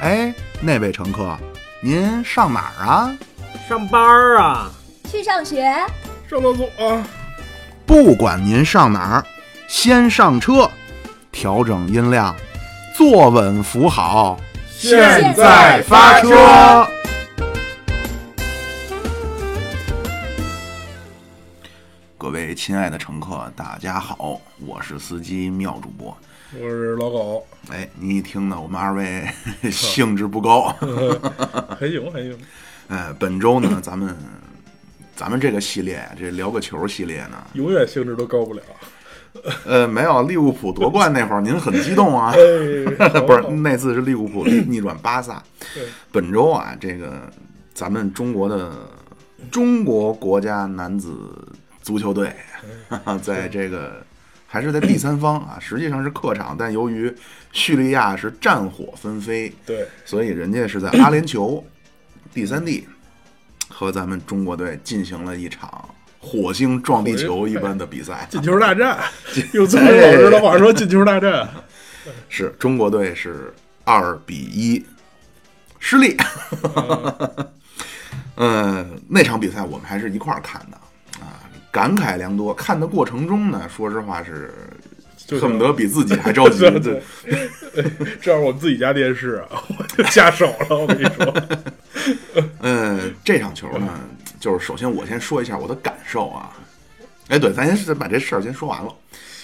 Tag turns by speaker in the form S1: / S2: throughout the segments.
S1: 哎，那位乘客，您上哪儿啊？
S2: 上班儿啊，
S3: 去上学，
S4: 上厕所、啊，
S1: 不管您上哪儿，先上车，调整音量，坐稳扶好，
S3: 现在
S4: 发车。
S1: 各位亲爱的乘客，大家好，我是司机妙主播。
S4: 我是老 狗，
S1: 哎，你一听呢，我们二位 兴致不高。
S4: 还行还行，
S1: 呃，本周呢，咱们咱们这个系列，这聊个球系列呢，
S4: 永远兴致都高不了。
S1: 呃，没有利物浦夺冠那会儿，您很激动啊
S4: 哎，，
S1: 不是
S4: 好好
S1: 那次是利物浦逆转巴萨
S4: 对。
S1: 本周啊，这个咱们中国的中国国家男子足球队，哈
S4: 哎
S1: 哈， 在这个还是在第三方
S4: 嗯
S1: 啊，实际上是客场，但由于叙利亚是战火纷飞，
S4: 对，
S1: 所以人家是在阿联酋 第三地和咱们中国队进行了一场火星撞地球一般的比 赛。
S4: 进球大战，用最后老师的话说，进球大 战。
S1: 是中国队是二比一失利。 呃，那场比赛我们还是一块儿看的啊，感慨良多。看的过程中呢，说实话是
S4: 就像
S1: 恨不得比自己还着急。
S4: 对对，这要是我们自己家电视啊， 我就下手了。我跟你说，
S1: 呃，这场球呢，就是首先我先说一下我的感受啊。哎，对，咱先是把这事儿先说完了。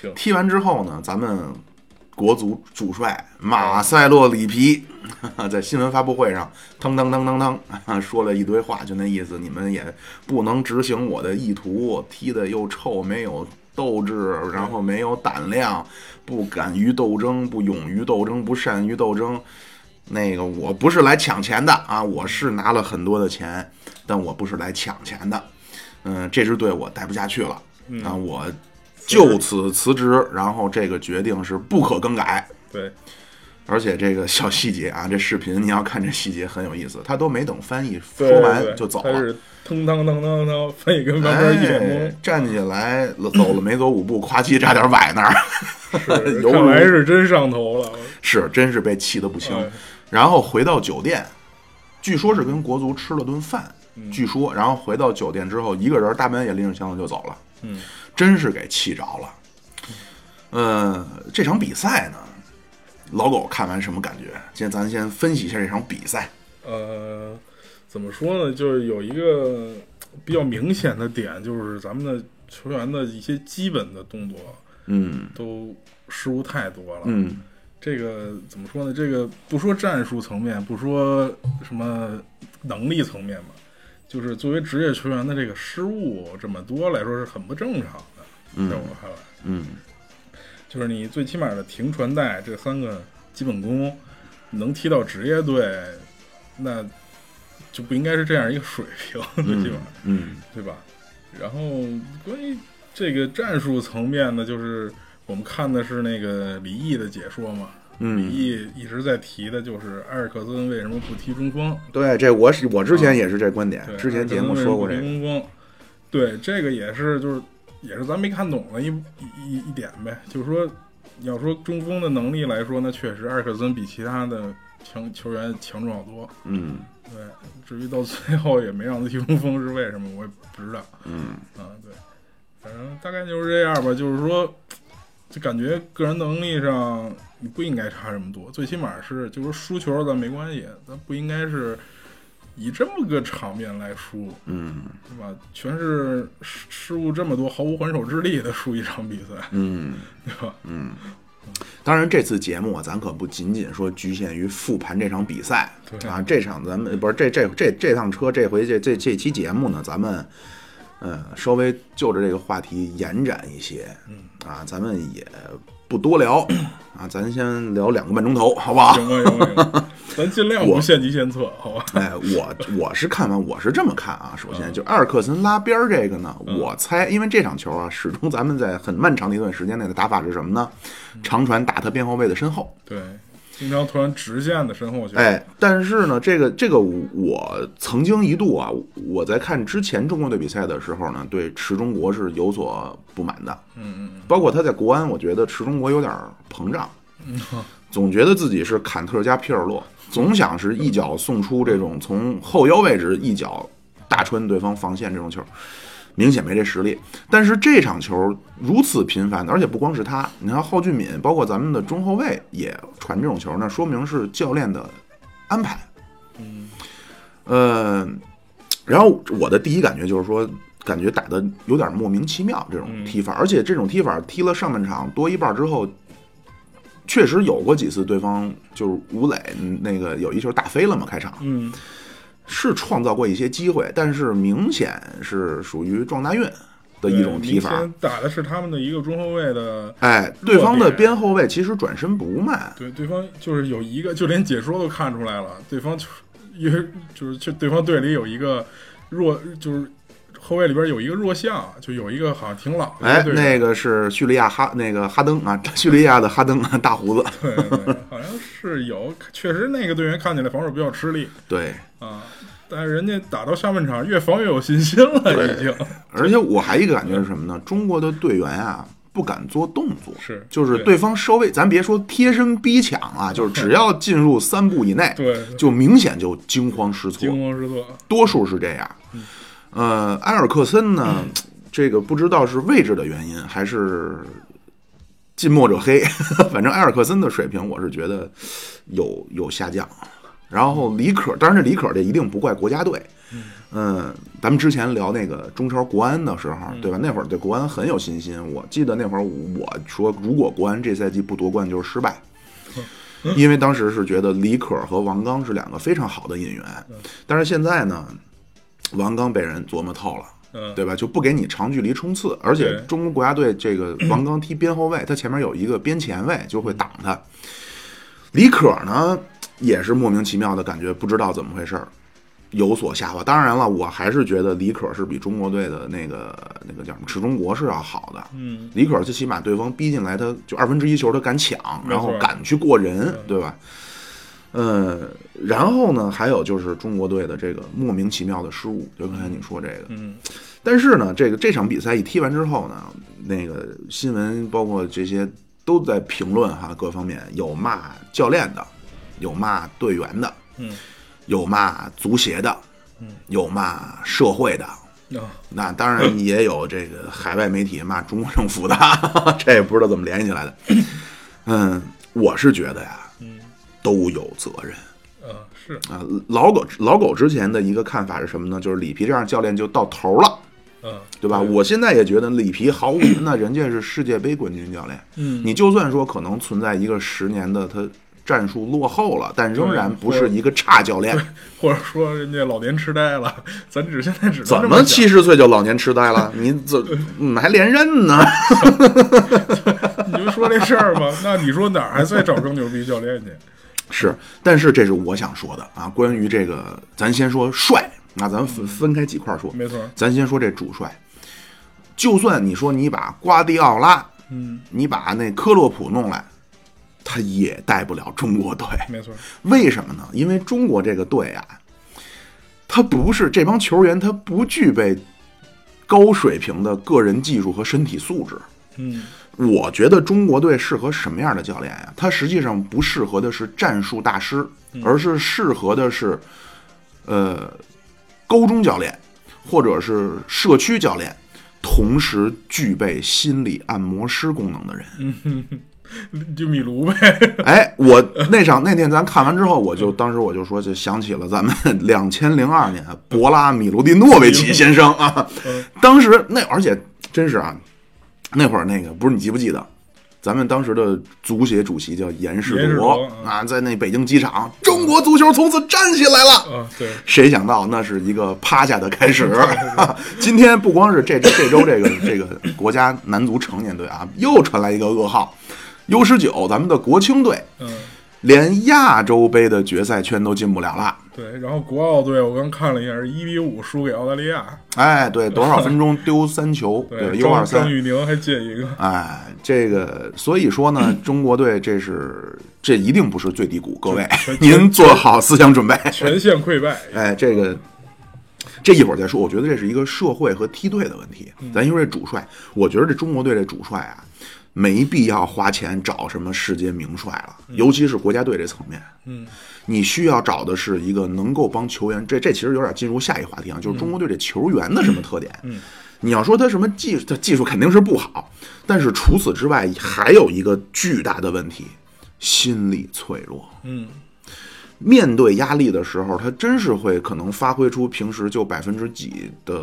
S4: 行，
S1: 踢完之后呢，咱们国足主帅马塞洛里皮 在新闻发布会上，当当当当当 说了一堆话，就那意思，你们也不能执行我的意图，踢得又臭，没有斗志，然后没有胆量，不敢于斗争，不勇于斗争，不善于斗争。那个我不是来抢钱的啊，我是拿了很多的钱，但我不是来抢钱的。嗯，这支队我待不下去了，
S4: 嗯
S1: 啊，我就此辞职，然后这个决定是不可更改。
S4: 对，
S1: 而且这个小细节啊，这视频你要看这细节很有意思，他都没等翻译
S4: 对
S1: 说完
S4: 对
S1: 就走
S4: 他
S1: 了，
S4: 是腾腾腾腾腾，翻译跟旁边一
S1: 哎
S4: 脸，
S1: 站起来走了没走五步，咵叽差点崴那儿，
S4: 懵，是
S1: 犹如
S4: 看来是真上头了。
S1: 是真是被气得不轻。
S4: 哎
S1: 然后回到酒店，据说是跟国足吃了顿饭，据说，然后回到酒店之后，一个人大半夜拎着箱子就走了，
S4: 嗯，
S1: 真是给气着了。呃，这场比赛呢，老狗看完什么感觉？今天咱先分析一下这场比赛。
S4: 呃，怎么说呢？就是有一个比较明显的点，就是咱们的球员的一些基本的动作
S1: 嗯
S4: 都失误太多了。
S1: 嗯
S4: 这个怎么说呢？这个不说战术层面，不说什么能力层面吧，就是作为职业球员的这个失误这么多来说是很不正常的。在我看来，
S1: 嗯
S4: 就是你最起码的停传带这三个基本功，能踢到职业队，那就不应该是这样一个水平，最起码。
S1: 嗯
S4: 对吧？然后关于这个战术层面呢，就是我们看的是那个李毅的解说嘛，李
S1: 嗯，
S4: 毅一直在提的就是埃尔克森为什么不踢中锋？
S1: 对，这我是我之前啊也是这观点
S4: 对，，
S1: 哎之前节目说过这个。
S4: 埃尔克森为什么不踢中锋，对这个也是就是也是咱没看懂的一一一一点呗，就是说要说中锋的能力来说，那确实埃尔克森比其他的强球员强壮好多。
S1: 嗯
S4: 对，至于到最后也没让他踢中锋是为什么，我也不知道。
S1: 嗯
S4: 啊，对，反正大概就是这样吧。就是说，就感觉个人能力上你不应该差这么多，最起码是就是说输球咱没关系，咱不应该是以这么个场面来输，
S1: 嗯
S4: 对吧？全是失失误这么多，毫无还手之力的输一场比赛，
S1: 嗯。
S4: 对吧？
S1: 当然，这次节目啊，咱可不仅仅说局限于复盘这场比赛
S4: 对
S1: 啊，这场咱们不是这这这这趟车，这回这这这期节目呢，咱们呃稍微就着这个话题延展一些，
S4: 嗯
S1: 啊，咱们也不多 聊啊，咱先聊两个半钟头，好不好？
S4: 行吧，行吧，行吧， 咱尽量不献计献策，好吧？
S1: 哎，我我是看完，我是这么看啊。首先，
S4: 嗯
S1: 就埃尔克森拉边儿这个呢，我猜，因为这场球啊，始终咱们在很漫长的一段时间内的打法是什么呢？
S4: 嗯
S1: 长传打他边后卫的身后，
S4: 对，经常突然直线的身后球，
S1: 哎，但是呢，这个这个我曾经一度啊，我在看之前中国队比赛的时候呢，对池中国是有所不满的，
S4: 嗯，嗯嗯
S1: 包括他在国安，我觉得池中国有点膨胀。总觉得自己是坎特加皮尔洛，总想是一脚送出这种从后腰位置一脚大穿对方防线这种球，明显没这实力。但是这场球如此频繁的，而且不光是他，你看蒿俊闵，包括咱们的中后卫也传这种球，那说明是教练的安排。嗯，呃，然后我的第一感觉就是说，感觉打的有点莫名其妙这种踢
S4: 嗯
S1: 法，而且这种踢法踢了上半场多一半之后，确实有过几次对方就是吴磊嗯那个有一球打飞了嘛，开场
S4: 嗯，
S1: 是创造过一些机会，但是明显是属于撞大运的一种踢法。
S4: 明显打的是他们的一个中后卫的，
S1: 哎，
S4: 弱
S1: 对方的
S4: 点
S1: 边后卫其实转身不慢，
S4: 对，对方就是有一个，就连解说都看出来了，对方就是因为就是就对方队里有一个弱，就是后卫里边有一个弱项，就有一个好像挺老的
S1: 哎，
S4: 队
S1: 那
S4: 员，
S1: 个是叙利亚哈那个哈登啊， 叙利亚的哈登啊，大胡子，
S4: 对对对，好像是有，确实那个队员看起来防守比较吃力
S1: 对，
S4: 啊，但是人家打到下半场越防越有信心了，已经
S1: 而且我还一个感觉是什么呢？中国的队员啊，不敢做动作，
S4: 是
S1: 就是
S4: 对
S1: 对方稍微，咱别说贴身逼抢啊，就是只要进入三步以内，
S4: 对对
S1: 就明显就惊慌失措
S4: 惊，慌失措，
S1: 多数是这样。呃，埃尔克森呢，这个不知道是位置的原因还是近墨者黑， 反正埃尔克森的水平我是觉得有有下降。然后李可，当然这李可这一定不怪国家队。嗯，咱们之前聊那个中超国安的时候，对吧？那会儿对国安很有信心。我记得那会儿我说，如果国安这赛季不夺冠就是失败，因为当时是觉得李可和王刚是两个非常好的引援。但是现在呢，王刚被人琢磨透了。
S4: 嗯，
S1: 对吧？就不给你长距离冲刺，而且
S4: 对
S1: 中国国家队这个王刚踢边后卫，他前面有一个边前卫就会挡他。李可呢也是莫名其妙的感觉，不知道怎么回事儿，有所下滑。当然了，我还是觉得李可是比中国队的那个那个叫什么池中国是要好的。
S4: 嗯，
S1: 李可最起码对方逼进来，他就二分之一球他敢抢，
S4: 没错嗯
S1: 然后敢去过人，对吧？呃，然后呢，还有就是中国队的这个莫名其妙的失误，就刚才你说这个，
S4: 嗯，
S1: 但是呢，这个这场比赛一踢完之后呢，那个新闻包括这些都在评论哈，各方面有骂教练的，有骂队员的，
S4: 嗯，
S1: 有骂足协的，嗯，有骂社会的，
S4: 啊，
S1: 那当然也有这个海外媒体骂中国政府的， 这也不知道怎么联系起来的。嗯，我是觉得呀，都有责任
S4: 啊，是，
S1: 啊。老狗老狗之前的一个看法是什么呢？就是里皮这样教练就到头了，
S4: 嗯，
S1: 对吧？我现在也觉得里皮毫无 疑问，那人家是世界杯冠军教练，
S4: 嗯，
S1: 你就算说可能存在一个十年的他战术落后了，但仍然不是一个差教练。
S4: 或者说人家老年痴呆了，咱只现在只 能
S1: 怎
S4: 这
S1: 么
S4: 么
S1: 七
S4: 想
S1: 十岁就老年痴呆了？你怎嗯还连任呢？
S4: 你就说这事儿吧。那你说哪儿还再找更牛逼教练去？
S1: 是，但是这是我想说的啊。关于这个，咱先说帅，那咱分分开几块儿说。
S4: 没错，
S1: 咱先说这主帅，就算你说你把瓜迪奥拉，
S4: 嗯，
S1: 你把那科洛普弄来，他也带不了中国队。
S4: 没错，
S1: 为什么呢？因为中国这个队啊，他不是这帮球员，他不具备高水平的个人技术和身体素质。
S4: 嗯，
S1: 我觉得中国队适合什么样的教练呀、他实际上不适合的是战术大师，而是适合的是，呃，高中教练或者是社区教练，同时具备心理按摩师功能的人。
S4: 就米卢呗，
S1: 哎，我那场那天咱看完之后，我就当时我就说，就想起了咱们 两千零二年博拉米卢蒂诺维奇先生啊，当时那而且真是啊，那会儿那个不是你记不记得？咱们当时的足协主席叫严
S4: 严
S1: 世
S4: 世
S1: 铎
S4: 铎
S1: 啊，在那北京机场，中国足球从此站起来了。
S4: 啊，对，
S1: 谁想到那是一个趴下的开 始？ 今天不光是这这周这个这个国家男足成年队啊，又传来一个噩耗，U 十九咱们的国青队
S4: 嗯，
S1: 连亚洲杯的决赛圈都进不了了。
S4: 对。然后国奥队我刚看了一下，是一比五输给澳大利亚，
S1: 哎，对，多少分钟丢三 球？对，U 二
S4: 张
S1: 三
S4: 张。玉宁还进一个，
S1: 哎，这个，所以说呢，中国队这是这一定不是最低谷，各位
S4: 全，全
S1: 您做好思想准备。
S4: 全线溃败，
S1: 哎，这个这一会儿再说。我
S4: 嗯
S1: 觉得这是一个社会和梯队的问题。咱一会儿这主帅，我觉得这中国队这主帅啊，没必要花钱找什么世界名帅了，尤其是国家队这层面。
S4: 嗯，
S1: 你需要找的是一个能够帮球员，这这其实有点进入下一话题啊，就是中国队这球员的什么特点？
S4: 嗯，
S1: 你要说他什么技术，他技术肯定是不好，但是除此之外还有一个巨大的问题，心理脆弱。
S4: 嗯，
S1: 面对压力的时候，他真是会可能发挥出平时就百分之几 的，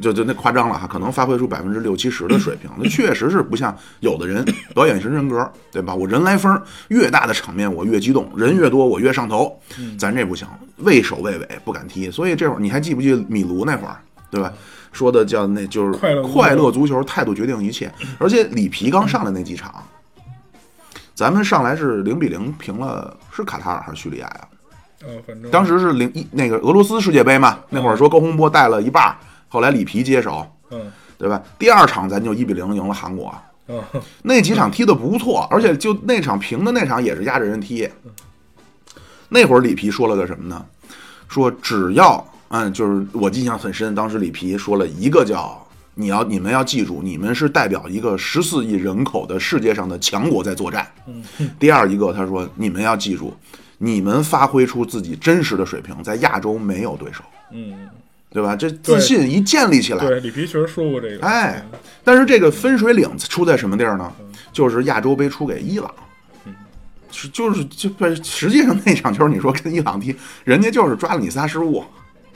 S1: 就就那夸张了哈，可能发挥出百分之六七十的水 平。那确实是不像有的人 表演型人格，对吧？我人来疯儿，越大的场面我越激动，人越多我越上头。
S4: 嗯
S1: 咱这不行，畏首畏尾不敢踢。所以这会儿你还记不记得米卢那会儿，对吧？说的叫那就是
S4: 快乐足球
S1: 快乐足球，态度决定一切。而且里皮刚上来那几场，咱们上来是零比零平了，是卡塔尔还是叙利亚呀、
S4: 呃，反正
S1: 当时是零一那个俄罗斯世界杯嘛，那会儿说高洪波带了一半儿，后来里皮接手，
S4: 嗯
S1: 对吧？第二场咱就一比零赢了韩国，
S4: 啊，
S1: 那几场踢得不错，而且就那场平的那场也是压着人踢。那会儿里皮说了个什么呢？说只要嗯，就是我印象很深，当时里皮说了一个叫你要你们要记住，你们是代表一个十四亿人口的世界上的强国在作战。
S4: 嗯
S1: 第二一个他说你们要记住，你们发挥出自己真实的水平，在亚洲没有对手，
S4: 嗯，
S1: 对吧？这自信一建立起来，
S4: 对，里皮确实说过这个，
S1: 哎，但是这个分水岭出在什么地儿呢？就是亚洲杯输给伊朗，
S4: 嗯
S1: 是就是就不是实际上那场球，你说跟伊朗踢，人家就是抓了你仨失误，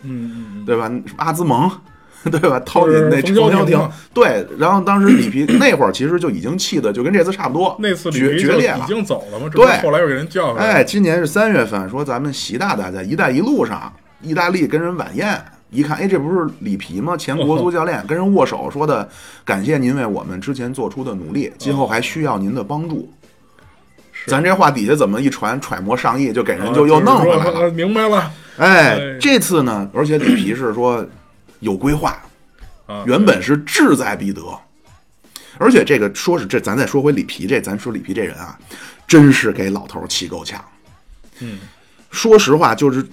S4: 嗯，嗯嗯
S1: 对吧？什么阿兹蒙， 对吧？掏你那
S4: 就是冯潇霆
S1: 冯潇霆
S4: 嘛，
S1: 对。然后当时里皮那会儿其实就已经气的就跟这次差不多，
S4: 那次里
S1: 决
S4: 皮
S1: 决
S4: 就
S1: 裂
S4: 已
S1: 了。
S4: 经走了嘛，只
S1: 对
S4: 不过后来又给人叫回来，
S1: 哎，，今年是三月份，说咱们习大大在“一带一路”上，意大利跟人晚宴，一看，哎，这不是里皮吗？前国足教 练跟人握手，说的感谢您为我们之前做出的努力，今后还需要您的帮
S4: 哦
S1: 助。咱这话底下怎么一传，揣摩上意，就给人就又弄回来
S4: 哦就是说
S1: 了。
S4: 啊明白了
S1: 哎
S4: 哎，
S1: 这次呢，而且里皮是说有规划，
S4: 啊，
S1: 原本是志在必得。而且这个说是这，咱再说回里皮这，咱说里皮这人啊，真是给老头儿气够呛。
S4: 嗯，
S1: 说实话，就是嘖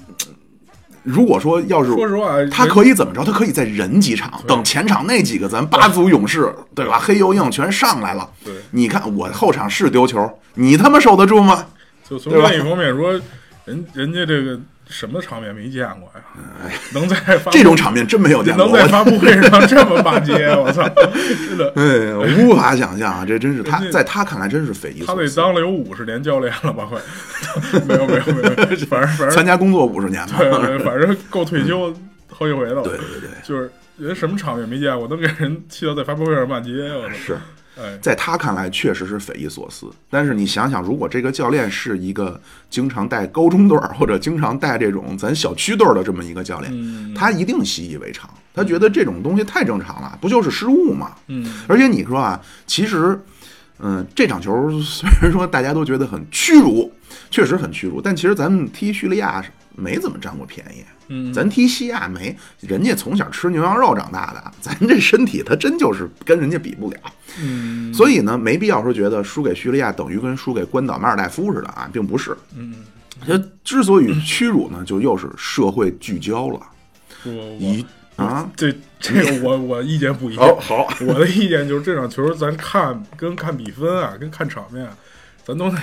S1: 如果说要是
S4: 说实话，
S1: 他
S4: 人
S1: 可以怎么着？他可以再忍几场，等前场那几个咱八足勇士，对吧？黑油硬全上来了，
S4: 对
S1: 你看我后场是丢球，你他妈守得住吗？
S4: 就从
S1: 对吧
S4: 另一方面说，人人家这个什么场面没见过呀？能在
S1: 哎
S4: 发
S1: 这种场面真没有见过。
S4: 能
S1: 我
S4: 在发布会上这么骂街，我操！真的，
S1: 哎呀，无法想象啊！这真是他
S4: 人，家
S1: 在他看来真是匪夷
S4: 他
S1: 所
S4: 得
S1: 思。
S4: 当了有五十年教练了吧？快，没有没有没有， 反正反
S1: 参
S4: 正
S1: 加工作五十年吧，
S4: 对，反正够退休好几回了。
S1: 对 对对，
S4: 就是人什么场面没见过，能给人气到在发布会上骂街，我操！
S1: 是。
S4: 哎，
S1: 在他看来确实是匪夷所思。但是你想想，如果这个教练是一个经常带高中队儿或者经常带这种咱小区队儿的这么一个教练，
S4: 嗯
S1: 他一定习以为常，他觉得这种东西太正常了，不就是失误吗？
S4: 嗯，
S1: 而且你说啊，其实，嗯、这场球虽然说大家都觉得很屈辱，确实很屈辱，但其实咱们踢叙利亚没怎么占过便宜。
S4: 嗯
S1: 咱踢西亚没，人家从小吃牛羊肉长大的，咱这身体他真就是跟人家比不了。
S4: 嗯，
S1: 所以呢，没必要说觉得输给叙利亚等于跟输给关岛马尔代夫似的啊，并不是。嗯，这之所以屈辱呢，就又是社会聚焦了。
S4: 我我
S1: 一啊，
S4: 对这个我我意见不一样
S1: 好。好，
S4: 我的意见就是这场球咱看跟看比分啊，跟看场面啊，咱都得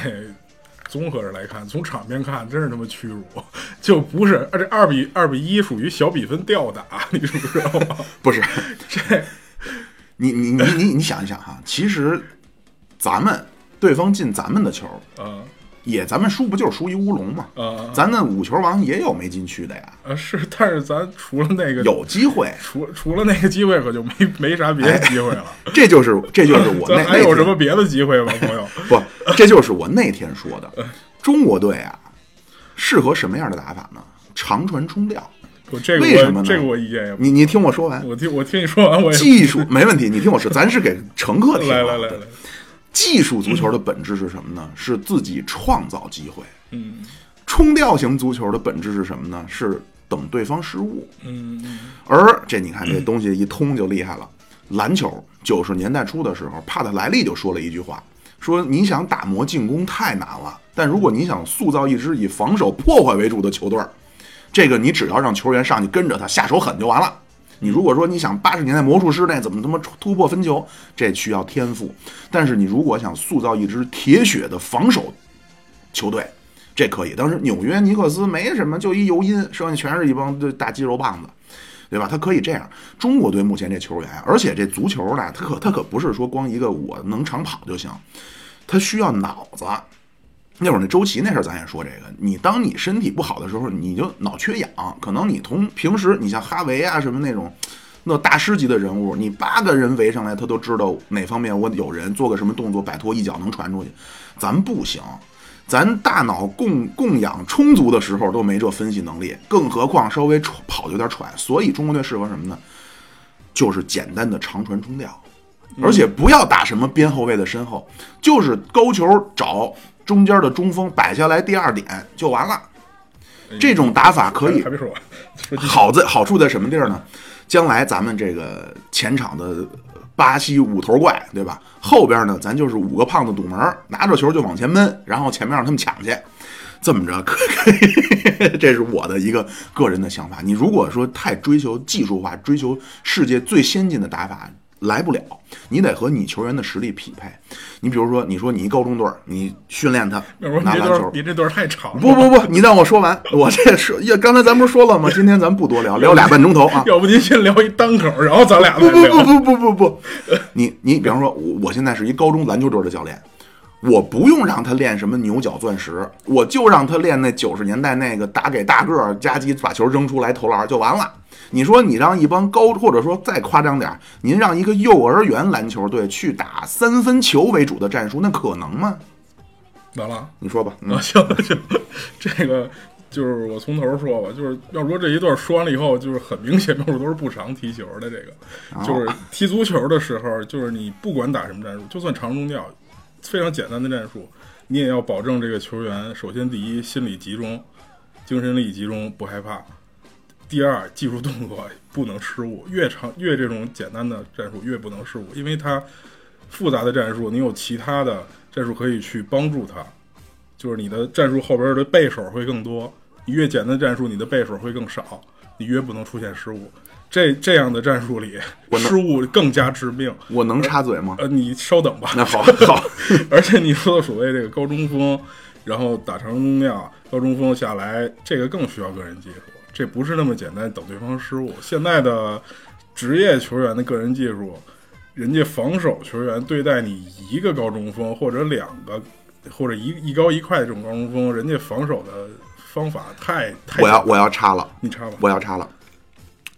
S4: 综合着来看。从场面看，真是他妈屈辱，就不是而这二比二比一属于小比分吊打，你知不知道吗？
S1: 不是
S4: 这
S1: 你你你你你想一想哈、其实咱们对方进咱们的球，
S4: 啊
S1: 也咱们输不就是输一乌龙嘛？
S4: 啊
S1: 咱那五球王也有没进去的呀，
S4: 啊是，但是咱除了那个，
S1: 有机会。
S4: 除除了那个机会，可就没没啥别的机会了。
S1: 这就是这就是哎 我那
S4: 咱还
S1: 那
S4: 有
S1: 天
S4: 什么别的机会吗，朋友？
S1: 不，这就是我那天说的，中国队啊，适合什么样的打法呢？长传冲吊。
S4: 我这个
S1: 为什么
S4: 我
S1: 呢
S4: 这个我意见也不，
S1: 你你听我说完，
S4: 我听我听你说完，我也
S1: 技术没问题，你听我说，咱是给乘客听
S4: 来
S1: 的。
S4: 来来来，
S1: 技术足球的本质是什么呢？是自己创造机会。
S4: 嗯
S1: 冲吊型足球的本质是什么呢？是等对方失误。
S4: 嗯嗯
S1: 而这你看这东西一通就厉害了。篮球九十年代初的时候，帕特莱利就说了一句话，说你想打磨进攻太难了，但如果你想塑造一支以防守破坏为主的球队儿，这个你只要让球员上去跟着他下手狠就完了。你如果说你想八十年代魔术师那怎么他妈突破分球，这需要天赋。但是你如果想塑造一支铁血的防守球队，这可以。当时纽约尼克斯没什么，就一尤因，剩下全是一帮这大肌肉棒子。对吧？他可以这样。中国队目前这球员，啊而且这足球呢，他可他可不是说光一个我能长跑就行，他需要脑子。那会儿那周琦那事儿咱也说这个，你当你身体不好的时候，你就脑缺氧，可能你从平时你像哈维啊什么那种。那大师级的人物，你八个人围上来，他都知道哪方面我有人做个什么动作，摆脱一脚能传出去。咱不行，咱大脑供供氧充足的时候都没这分析能力，更何况稍微喘跑就有点喘。所以中国队适合什么呢？就是简单的长传冲吊，而且不要打什么边后卫的身后，就是勾球找中间的中锋摆下来第二点就完了。这种打法可以
S4: 哎还没说完，说继续
S1: 好在好处在什么地儿呢？将来咱们这个前场的巴西五头怪，对吧？后边呢，咱就是五个胖子堵门儿，拿着球就往前闷，然后前面让他们抢去。这么着，可可以， 这是我的一个个人的想法。你如果说太追求技术化，追求世界最先进的打法，来不了。你得和你球员的实力匹配。你比如说，你说你一高中队儿，你训练他
S4: 要不然
S1: 拿
S4: 你这
S1: 篮
S4: 段
S1: 球
S4: 儿，你这段儿太长了，
S1: 不不不，你让我说完，我这是呀，刚才咱不是说了吗？今天咱不多聊，聊俩半钟头啊。
S4: 要不您先聊一单口，然后咱俩再
S1: 不不
S4: 聊。
S1: 不不不不不，你你比方说，我我现在是一高中篮球队的教练，我不用让他练什么牛角钻石，我就让他练那九十年代那个打给大个儿夹击把球扔出来投篮就完了。你说你让一帮高，或者说再夸张点儿，您让一个幼儿园篮球队去打三分球为主的战术，那可能吗？
S4: 完了，
S1: 你说吧，嗯
S4: 啊，行行，这个就是我从头说吧，就是要说这一段说完了以后，就是很明显，我都是不常踢球的。这个就是踢足球的时候，就是你不管打什么战术，就算长中吊，非常简单的战术，你也要保证这个球员首先第一心理集中，精神力集中，不害怕。第二，技术动作不能失误，越长越这种简单的战术越不能失误，因为它复杂的战术，你有其他的战术可以去帮助他，就是你的战术后边的背手会更多。你越简单的战术，你的背手会更少，你越不能出现失误。这这样的战术里，
S1: 我能
S4: 失误更加致命。
S1: 我能插嘴吗？
S4: 呃，你稍等吧。
S1: 那好好，
S4: 而且你说的所谓这个高中锋，然后打长中量，高中锋下来，这个更需要个人技术，这不是那么简单等对方失误。现在的职业球员的个人技术，人家防守球员对待你一个高中锋或者两个，或者一一高一快这种高中锋，人家防守的方法太太
S1: 我要
S4: 简单
S1: 我要插了。
S4: 你插吧，
S1: 我要插了。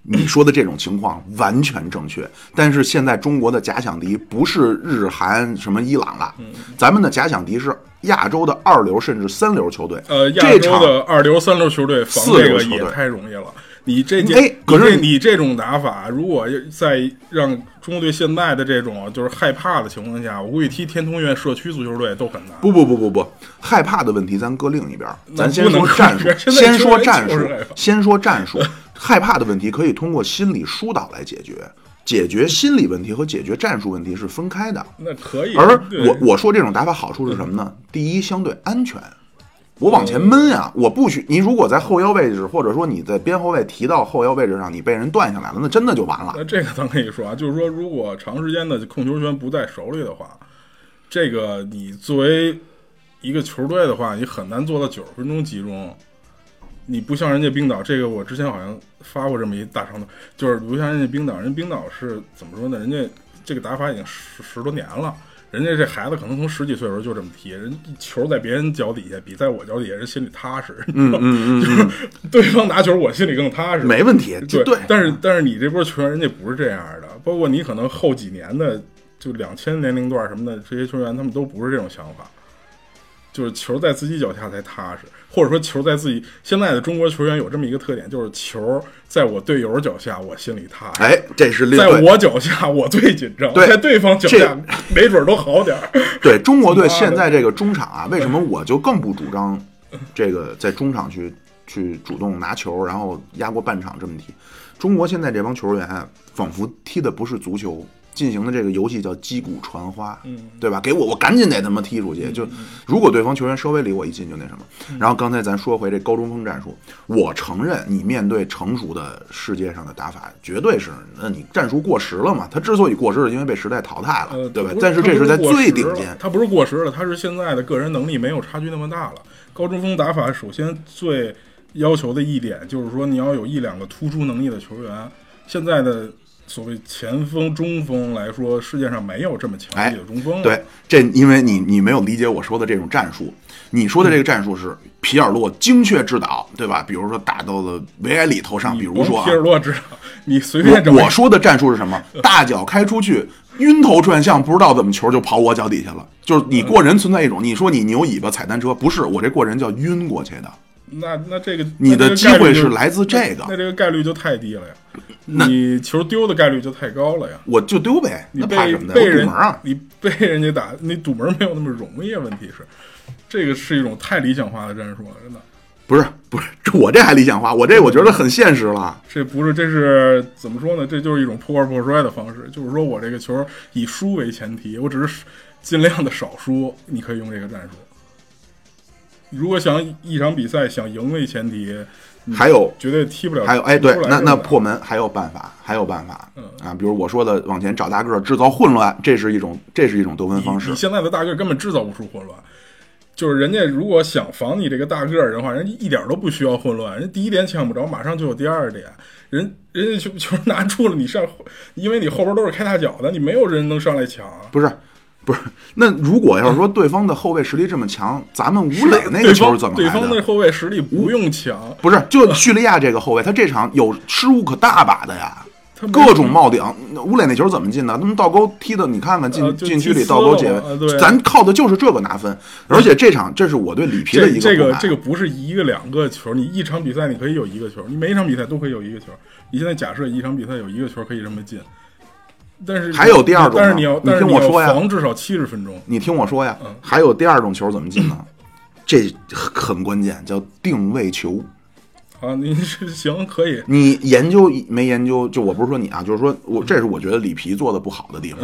S1: 你说的这种情况完全正确，但是现在中国的假想敌不是日韩什么伊朗了，
S4: 嗯
S1: 咱们的假想敌是亚洲的二流甚至三流球队。
S4: 呃，亚
S1: 这场
S4: 洲的二流、三流球队防
S1: 四
S4: 这
S1: 流
S4: 个
S1: 球队
S4: 也太容易了。你这届，
S1: 哎可是
S4: 你这你这种打法，如果在让中国队现在的这种就是害怕的情况下，我估计踢天通苑社区足球队都很难。
S1: 不不不不不，害怕的问题咱搁另一边儿，
S4: 那
S1: 咱先
S4: 不能
S1: 说
S4: 搁
S1: 战术
S4: 一边儿，现在
S1: 先
S4: 球
S1: 说
S4: 员
S1: 战
S4: 就
S1: 术
S4: 是害怕，
S1: 先说战术。害怕的问题可以通过心理疏导来解决，解决心理问题和解决战术问题是分开的。
S4: 那可以。
S1: 而
S4: 对嗯
S1: 我我说这种打法好处是什么呢？第一，相对安全。我往前闷啊，我不许你。如果在后腰位置，或者说你在边后卫提到后腰位置上，你被人断下来了，那真的就完了。
S4: 那这个咱可以说啊，就是说，如果长时间的控球权不在手里的话，这个你作为一个球队的话，你很难做到九十分钟集中。你不像人家冰岛，这个我之前好像发过这么一大长段，就是不像人家冰岛，人家冰岛是怎么说呢？人家这个打法已经十十多年了，人家这孩子可能从十几岁的时候就这么踢，人球在别人脚底下比在我脚底下人心里踏实，你知道吗？ 就是对方拿球我心里更踏实，
S1: 没问题，这
S4: 对，
S1: 对。
S4: 但是但是你这波球员人家不是这样的，包括你可能后几年的，就两千年龄段什么的这些球员，他们都不是这种想法，就是球在自己脚下才踏实，或者说球在自己现在的中国球员有这么一个特点，就是球在我队友脚下，我心里踏实。
S1: 哎，这是另
S4: 在
S1: 对
S4: 我脚下，我最紧张；
S1: 对
S4: 在对方脚
S1: 这
S4: 下，没准儿都好 点儿。
S1: 对中国队
S4: 你妈的
S1: 现在这个中场啊，为什么我就更不主张这个在中场去去主动拿球，然后压过半场这么踢？中国现在这帮球员啊仿佛踢的不是足球，进行的这个游戏叫击鼓传花，
S4: 嗯
S1: 对吧？给我，我赶紧得他妈踢出去。就如果对方球员稍微离我一近，就那什么。
S4: 嗯
S1: 然后刚才咱说回这高中锋战术，我承认你面对成熟的世界上的打法，绝对是，那你战术过时了嘛？他之所以过时，是因为被时代淘汰了，
S4: 呃，
S1: 对吧
S4: 它不？
S1: 但是
S4: 它
S1: 这是
S4: 不是
S1: 在
S4: 过
S1: 最
S4: 时
S1: 顶
S4: 了
S1: 尖，
S4: 它不是过时了，它是现在的个人能力没有差距那么大了。高中锋打法首先最要求的一点就是说你要有一两个突出能力的球员。现在的所谓前锋、中锋来说，世界上没有这么强
S1: 哎
S4: 力的中锋了。
S1: 对，这因为你你没有理解我说的这种战术，你说的这个战术是皮尔洛精确制导，对吧？比如说打到了维埃里头上，
S4: 你
S1: 比如说
S4: 甭
S1: 啊
S4: 皮，尔洛知道，你随便
S1: 我
S4: 整
S1: 我说的战术是什么？大脚开出去，晕头转向，不知道怎么球就跑我脚底下了。就是你过人存在一种，你说你牛尾巴踩单车，不是我这过人叫晕过去的。
S4: 那那这个
S1: 你的
S4: 那这
S1: 机
S4: 个概率
S1: 会是
S4: 就
S1: 来自这个
S4: 那那这个概率就太低了呀，你球丢的概率就太高了呀。
S1: 我就丢呗，
S4: 你
S1: 那
S4: 被
S1: 怕什么的？
S4: 被
S1: 我堵
S4: 人
S1: 门啊！
S4: 你被人家打，你堵门没有那么容易啊。问题是，这个是一种太理想化的战术了，真的。
S1: 不是不是，这我这还理想化，我这我觉得很现实了。
S4: 这不是，这是怎么说呢？这就是一种破罐破摔的方式，就是说我这个球以输为前提，我只是尽量的少输，你可以用这个战术。如果想一场比赛想赢为前提，嗯
S1: 还有
S4: 绝对踢不了。
S1: 还有哎，
S4: 踢
S1: 对
S4: 不呃出，来嗯
S1: 那
S4: 这
S1: 那
S4: 种
S1: 破门还有办法，还有办法啊！比如我说的往前找大个儿，制造混乱，这是一种这是一种得分
S4: 你
S1: 方式
S4: 你。现在的大个儿根本制造不出混乱，就是人家如果想防你这个大个儿的话，人家一点儿都不需要混乱，人家第一点抢不着，马上就有第二点，人人家就就是拿住了你上，因为你后边都是开大脚的，你没有人能上来抢啊。
S1: 不是，不是。那如果要是说对方的后卫实力这么强，咱们吴磊那个
S4: 对
S1: 球
S4: 方
S1: 是怎么
S4: 对
S1: 来
S4: 方的
S1: 的？
S4: 后卫实力不用抢，
S1: 不是，就叙利亚这个后卫，他这场有失误可大把的呀
S4: 他，没
S1: 各种冒顶。那吴磊那球怎么进的？他们倒钩踢的，你看看
S4: 呃
S1: 禁
S4: 就
S1: 禁区
S4: 踢
S1: 里
S4: 死
S1: 倒钩
S4: 了
S1: 解
S4: 嘛呃对
S1: 围，咱靠的就是这个拿分。而且这场，这是我对里皮的
S4: 这
S1: 一
S4: 这
S1: 不
S4: 个
S1: 满。
S4: 这个不是一个两个球，你一场比赛你可以有一个球，你每一场比赛都可以有一个球。你现在假设一场比赛有一个球可以这么进，但是
S1: 还有第二种
S4: 但是
S1: 呢
S4: 你要
S1: 你
S4: 但是
S1: 听
S4: 你
S1: 我
S4: 要
S1: 说呀
S4: 防至少七十分钟。
S1: 你听我说呀，还有第二种球怎么进呢？这很关键，叫定位球。
S4: 啊，你是行可以，
S1: 你研究没研究？就我不是说你啊，就是说我这是我觉得里皮做的不好的地方。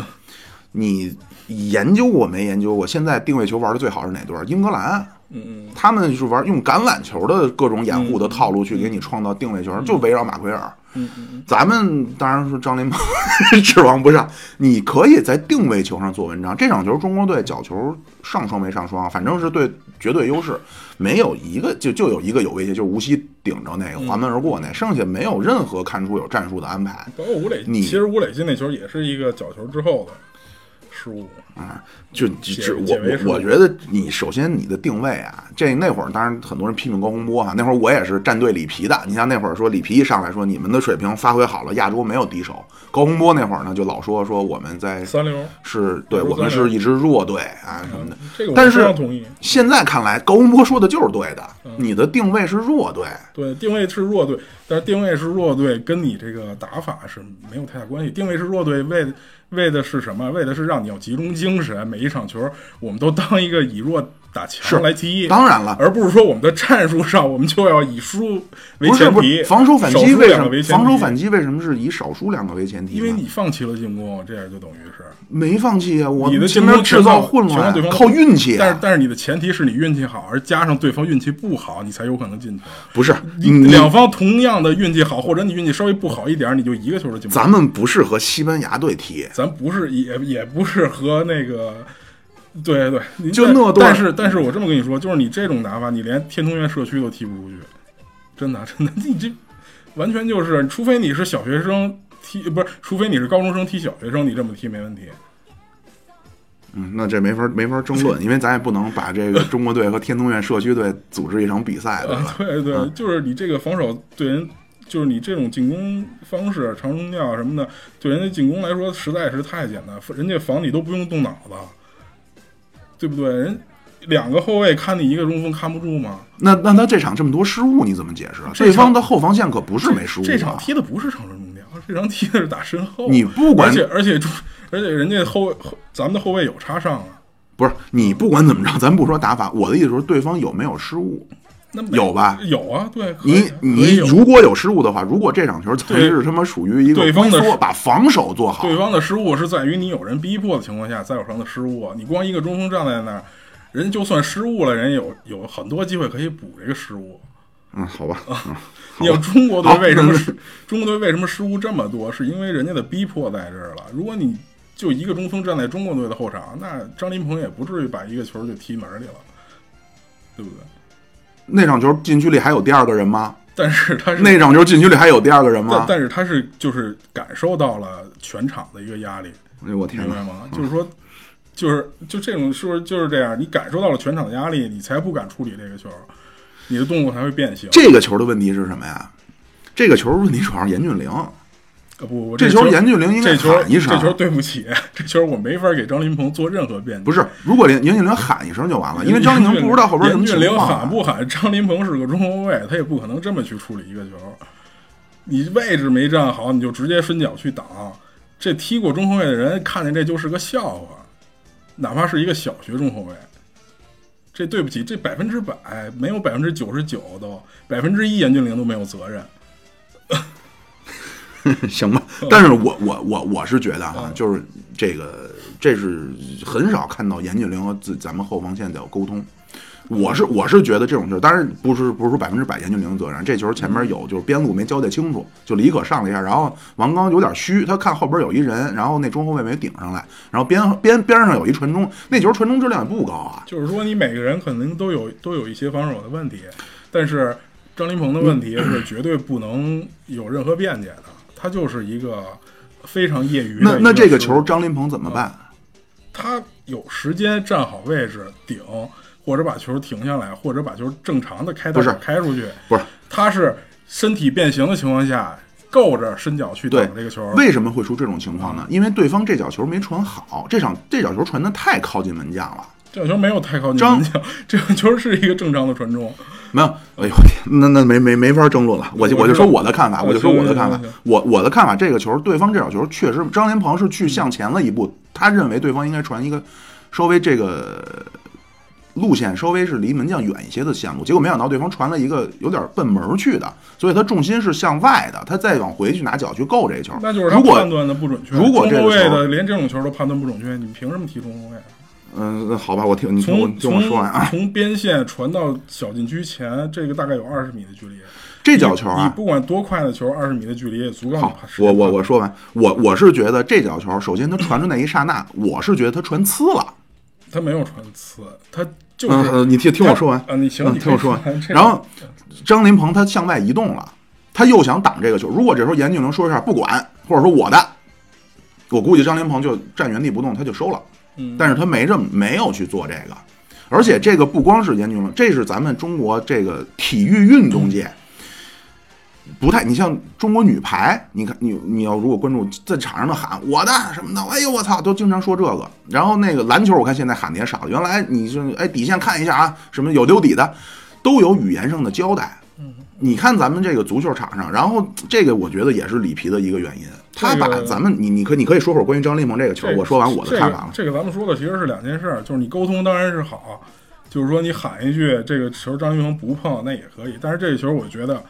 S1: 你研究过没研究过？现在定位球玩的最好是哪队儿？英格兰。
S4: 嗯
S1: 他们就是玩用橄榄球的各种掩护的套路去给你创造定位球，就围绕马奎尔。
S4: 嗯嗯
S1: 咱们当然说张琳芃 指望不上，你可以在定位球上做文章。这场球中国队角球上双没上双，啊反正是对绝对优势，没有一个就就有一个有威胁，就是无锡顶着那
S4: 嗯
S1: 个滑门而过那，剩下没有任何看出有战术的安排。
S4: 嗯，包括吴磊，
S1: 你
S4: 其实吴磊进那球也是一个角球之后的失误，
S1: 就就
S4: 嗯解
S1: 就
S4: 解
S1: 我
S4: 围是
S1: 我
S4: 吧
S1: 我觉得你首先你的定位啊，这那会儿当然很多人批评高洪波哈、啊那会儿我也是站队里皮的。你像那会儿说里皮一上来说你们的水平发挥好了，亚洲没有敌手。高洪波那会儿呢就老说说我们在
S4: 三流。
S1: 是对
S4: 不是
S1: 我们
S4: 三流嗯
S1: 是一支弱队啊什么的。
S4: 这个我
S1: 但
S4: 非
S1: 是
S4: 常同意。嗯
S1: 现在看来，高洪波说的就是对的，你的定位是弱队。
S4: 对，定位是弱队，但是定位是弱队，跟你这个打法是没有太大关系。定位是弱队，为为的是什么？为的是让你要集中精神，每一场球我们都当一个以弱打强
S1: 是
S4: 来踢，
S1: 当然了，
S4: 嗯而不是说我们的战术上我们就要以输为
S1: 不是
S4: 前
S1: 不
S4: 提，
S1: 是防守反
S4: 少
S1: 击
S4: 输
S1: 为什
S4: 两个为
S1: 么
S4: 前
S1: 防
S4: 提
S1: 守反击为什么是以少输两个为前提呢？
S4: 因为你放弃了进攻，这样就等于是
S1: 没放弃啊，我
S4: 你的
S1: 前
S4: 进
S1: 面
S4: 攻
S1: 制造混
S4: 全靠
S1: 乱
S4: 对方
S1: 靠运气啊。
S4: 但是但是你的前提是你运气好，而加上对方运气不好，你才有可能进球。
S1: 不是
S4: 你
S1: 嗯你
S4: 两方同样的运气好，或者你运气稍微不好一点，你就一个球就进不了。
S1: 咱们不是和西班牙队踢，
S4: 咱不是也也不是和那个，对对，你
S1: 就
S4: 但
S1: 那段
S4: 但是但是我这么跟你说，就是你这种打法，你连天通苑社区都踢不出去，真的真的，你这完全就是，除非你是小学生踢，不是，除非你是高中生踢小学生，你这么踢没问题。
S1: 嗯，那这没法没法争 论，因为咱也不能把这个中国队和天通苑社区队组织一场比 赛，对
S4: 啊
S1: 吧？，
S4: 对对，就是你这个防守对人，就是你这种进攻方式，长冲吊什么的，对人家进攻来说实在是太简单，人家防你都不用动脑子，对不对？人两个后卫看你一个中锋看不住吗？
S1: 那那他这场这么多失误，你怎么解释啊？
S4: 这场
S1: 对方的后防线可不是没失误
S4: 这场
S1: 啊。
S4: 踢的不是长传中吊，这场踢的是打身后。
S1: 你不管
S4: 而且而且中而且人家后卫后咱们的后卫有插上啊，
S1: 不是你不管怎么着，咱不说打法，我的意思是对方有没有失误，
S4: 那美
S1: 有吧
S4: 有啊，对，可以
S1: 你
S4: 啊可
S1: 你
S4: 以有
S1: 如果有失误的话，如果这场球才
S4: 对
S1: 是他妈属于一个
S4: 对方
S1: 龟
S4: 的
S1: 缩，
S4: 失
S1: 把防守做好，
S4: 对方的失误是在于你有人逼迫的情况下再有上的失误啊，你光一个中锋站在那儿，人就算失误了，人也有有很多机会可以补这个失误。
S1: 嗯，好吧，嗯
S4: 你有中国队
S1: 好
S4: 为什么
S1: 那
S4: 失中国队为什么失误这么多？是因为人家的逼迫在这儿了。如果你就一个中锋站在中国队的后场，那张琳芃也不至于把一个球就踢门里了，对不对？
S1: 那场球禁区里还有第二个人吗？
S4: 但是他是
S1: 那场球禁区里还有第二个人
S4: 但
S1: 吗？
S4: 但是他是就是感受到了全场的一个压力，
S1: 哎呦我天
S4: 明白
S1: 哪！
S4: 吗？就是说，就是就这种是不是就是这样？你感受到了全场的压力，你才不敢处理这个球，你的动作才会变形。
S1: 这个球的问题是什么呀？这个球问题主要是严俊凌，
S4: 呃不，我
S1: 这
S4: 球
S1: 球严俊凌应该
S4: 这球
S1: 喊一声啊
S4: 这。球对不起， 这球我没法给张琳芃做任何辩解。
S1: 不是，如果严严俊凌喊一声就完了，因为张琳芃不知道后边什么
S4: 严俊
S1: 情
S4: 凌
S1: 况
S4: 喊
S1: 啊。
S4: 不喊，张琳芃是个中后卫，他也不可能这么去处理一个球。你位置没站好，你就直接伸脚去挡，这踢过中后卫的人看见这就是个笑话，哪怕是一个小学中后卫。这对不起，这百分之百没有百分之九十九都百分之一严俊凌都没有责任。
S1: 行吧，但是我我我我是觉得啊，就是这个，这是很少看到严俊凌和自咱们后防线的沟通。我是我是觉得这种事儿，当然不是不是说百分之百严俊凌责任，这球前面有就是边路没交代清楚，就李可上了一下，然后王刚有点虚，他看后边有一人，然后那中后卫没顶上来，然后边边边上有一传中，那球传中质量也不高啊，
S4: 就是说，你每个人可能都有都有一些防守的问题，但是张琳芃的 问题是绝对不能有任何辩解的，他就是一个非常业余的
S1: 那
S4: 一
S1: 那这个
S4: 失
S1: 球
S4: 误，
S1: 张琳芃怎么办？
S4: 他有时间站好位置顶，或者把球停下来，或者把球正常的开到
S1: 不是
S4: 开出去，
S1: 不是，
S4: 他是身体变形的情况下够着伸脚去
S1: 对
S4: 挡这个球，嗯
S1: 为什么会出这种情况呢？因为对方这脚球没传好，这场这脚球传的太靠近门将了。
S4: 这个球没有太靠近
S1: 张
S4: 门将， 这个球是一个正常的传中，
S1: 没有，哎 呦，我天，那那没没没法争论了，我就
S4: 我
S1: 我就说我的看法，
S4: 知道
S1: 我就说我的看
S4: 啊
S1: 法
S4: 行行行，
S1: 我我的看法，这个球对方这脚球确实，嗯张连鹏是去向前了一步，他认为对方应该传一个稍微这个路线稍微是离门将远一些的线路，结果没想到对方传了一个有点奔门儿去的，所以他重心是向外的，他再往回去拿脚去够这球，
S4: 那就是他
S1: 如果
S4: 判断的不准确。
S1: 如果这
S4: 中后
S1: 个
S4: 卫
S1: 球
S4: 的连这种球都判断不准确，你凭什么踢中后卫啊？
S1: 嗯、好吧，我听你听我
S4: 从
S1: 听我说完
S4: 从
S1: 啊，
S4: 从边线传到小禁区前，这个大概有二十米的距离。
S1: 这脚球啊，
S4: 你不管多快的球，二十米的距离也足够你
S1: 好
S4: 判。，
S1: 我我我说完，我我是觉得这脚球，首先他传出那一刹那，我是觉得他传呲了。
S4: 他没有传刺，他就
S1: 嗯，
S4: 是
S1: 呃你听听我说完
S4: 啊，你行，
S1: 嗯
S4: 你可以
S1: 听我说
S4: 说
S1: 完
S4: 完。这
S1: 然后张琳芃他向外移动了，他又想挡这个球。如果这时候严俊凌说一下不管，或者说我的，我估计张琳芃就站原地不动，他就收了。
S4: 嗯
S1: 但是他没这么没有去做这个，而且这个不光是严俊凌，这是咱们中国这个体育运动界。不太，你像中国女排，你看你你要如果关注在场上的喊我的什么的，哎呦我操，都经常说这个。然后那个篮球，我看现在喊的也少了。原来你是哎底线看一下啊，什么有丢底的，都有语言上的交代。
S4: 嗯
S1: 你看咱们这个足球场上，然后这个我觉得也是里皮的一个原因，他把
S4: 这个
S1: 咱们你你可你可以说会儿关于张琳芃这个球，
S4: 这个
S1: 我说完我的看法了。
S4: 这个。这个咱们说的其实是两件事，就是你沟通当然是好，就是说你喊一句这个球张云鹏不碰那也可以，但是这个球我觉得